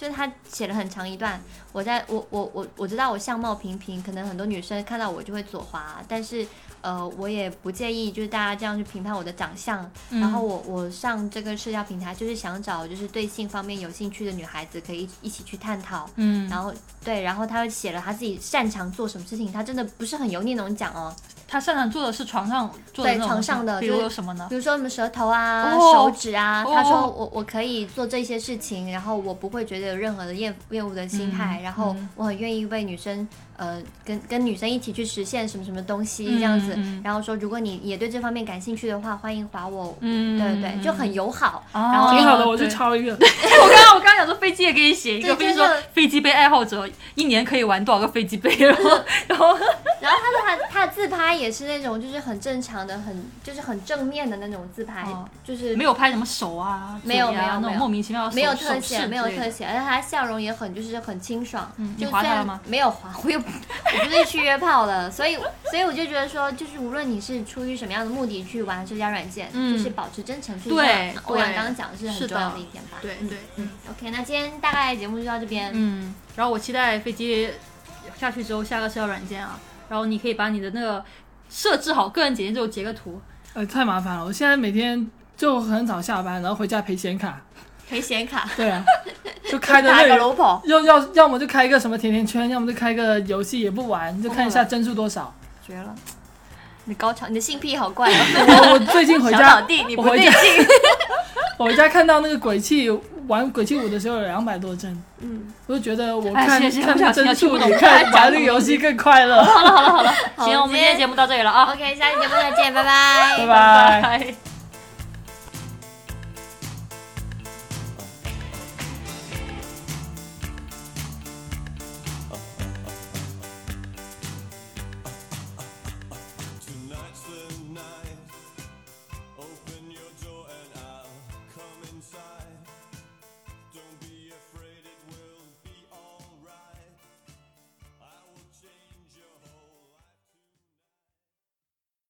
[SPEAKER 2] 就是他写了很长一段。我在我我我我知道我相貌平平，可能很多女生看到我就会左滑，但是呃，我也不介意就是大家这样去评判我的长相。
[SPEAKER 1] 嗯
[SPEAKER 2] 然后我我上这个社交平台就是想找就是对性方面有兴趣的女孩子，可以一起去探讨。
[SPEAKER 1] 嗯，
[SPEAKER 2] 然后对，然后他会写了他自己擅长做什么事情，他真的不是很油腻那种讲哦，
[SPEAKER 1] 他擅长做的是床上做的
[SPEAKER 2] 对
[SPEAKER 1] 那种
[SPEAKER 2] 床上的
[SPEAKER 1] 比
[SPEAKER 2] 就
[SPEAKER 1] 如
[SPEAKER 2] 是
[SPEAKER 1] 有什么呢？
[SPEAKER 2] 比如说什么舌头啊、
[SPEAKER 1] 哦
[SPEAKER 2] 手指啊，他说
[SPEAKER 1] 哦
[SPEAKER 2] 我我可以做这些事情，然后我不会觉得有任何的厌厌恶的心态，
[SPEAKER 1] 嗯
[SPEAKER 2] 然后
[SPEAKER 1] 嗯
[SPEAKER 2] 我很愿意为女生呃跟跟女生一起去实现什么什么东西这样子，
[SPEAKER 1] 嗯嗯
[SPEAKER 2] 然后说如果你也对这方面感兴趣的话，欢迎划我，
[SPEAKER 1] 嗯，
[SPEAKER 2] 对对对，就很友好，
[SPEAKER 1] 哦
[SPEAKER 2] 然后
[SPEAKER 3] 挺好的，我
[SPEAKER 1] 对
[SPEAKER 3] 去抄一
[SPEAKER 1] [laughs]
[SPEAKER 3] 个。
[SPEAKER 1] 我刚刚我刚刚想说飞机也可以写一个，
[SPEAKER 2] 对
[SPEAKER 1] 飞机
[SPEAKER 2] 真
[SPEAKER 1] 说
[SPEAKER 2] 的
[SPEAKER 1] 飞机杯爱好者一年可以玩多少个飞机杯，然
[SPEAKER 2] [laughs]
[SPEAKER 1] 后然后
[SPEAKER 2] 然后他的他他的自拍也是那种就是很正常的，很就是很正面的那种自拍，
[SPEAKER 1] 哦
[SPEAKER 2] 就是
[SPEAKER 1] 没有拍什么手啊，
[SPEAKER 2] 没有
[SPEAKER 1] 嘴啊
[SPEAKER 2] 没有
[SPEAKER 1] 那
[SPEAKER 2] 没
[SPEAKER 1] 种
[SPEAKER 2] 有
[SPEAKER 1] 莫名其妙的手
[SPEAKER 2] 没有特
[SPEAKER 1] 手
[SPEAKER 2] 写，
[SPEAKER 1] 势
[SPEAKER 2] 没有
[SPEAKER 1] 之类的
[SPEAKER 2] 特写，而且他笑容也很就是很清爽。
[SPEAKER 1] 嗯
[SPEAKER 2] 就
[SPEAKER 1] 你划他
[SPEAKER 2] 虽然
[SPEAKER 1] 了吗
[SPEAKER 2] 没有划，我又不我不是去约炮的，所以所以我就觉得说，就是无论你是出于什么样的目的去玩社交软件，
[SPEAKER 1] 嗯
[SPEAKER 2] 就是保持真诚去
[SPEAKER 1] 对
[SPEAKER 2] 欧阳
[SPEAKER 1] 对
[SPEAKER 2] 刚刚讲的是
[SPEAKER 1] 是
[SPEAKER 2] 很
[SPEAKER 1] 的
[SPEAKER 2] 重要的一点吧。
[SPEAKER 1] 对对，
[SPEAKER 2] 嗯，OK，那今天大概节目就到这边。
[SPEAKER 1] 嗯，然后我期待飞机下去之后下个社交软件啊，然后你可以把你的那个设置好个人简介之后截个图，
[SPEAKER 3] 呃，太麻烦了，我现在每天就很早下班，然后回家陪显卡。
[SPEAKER 2] 陪显卡，
[SPEAKER 3] 对啊，就开的
[SPEAKER 2] 打
[SPEAKER 3] 那
[SPEAKER 2] 个
[SPEAKER 3] 个，
[SPEAKER 2] 楼跑，
[SPEAKER 3] 要要要么就开一个什么甜甜圈，要么就开个游戏也不玩，就看一下帧数多少。
[SPEAKER 2] 绝了！你高潮，你的性癖好怪哦。
[SPEAKER 1] [laughs]
[SPEAKER 3] 我我最近回
[SPEAKER 2] 小
[SPEAKER 3] 家
[SPEAKER 2] 老，弟，你
[SPEAKER 3] 我
[SPEAKER 2] 不
[SPEAKER 3] 回 [laughs]
[SPEAKER 2] 对
[SPEAKER 3] 家
[SPEAKER 2] 劲。
[SPEAKER 3] 我回家看到那个鬼泣玩鬼泣五的时候有两百多帧，
[SPEAKER 2] 嗯，
[SPEAKER 3] 我就觉得我
[SPEAKER 1] 哎
[SPEAKER 3] 看
[SPEAKER 1] 行行不
[SPEAKER 3] 看
[SPEAKER 1] 想听
[SPEAKER 3] 帧
[SPEAKER 1] 了听
[SPEAKER 3] 数
[SPEAKER 1] 不
[SPEAKER 3] 比
[SPEAKER 1] 懂
[SPEAKER 3] 看玩那个游戏更快乐。
[SPEAKER 1] 好了好了好了，
[SPEAKER 2] 好
[SPEAKER 1] 行，我们今天节目到这里了啊， [laughs]
[SPEAKER 2] OK，下期节目再见，拜拜，
[SPEAKER 3] 拜拜
[SPEAKER 1] 拜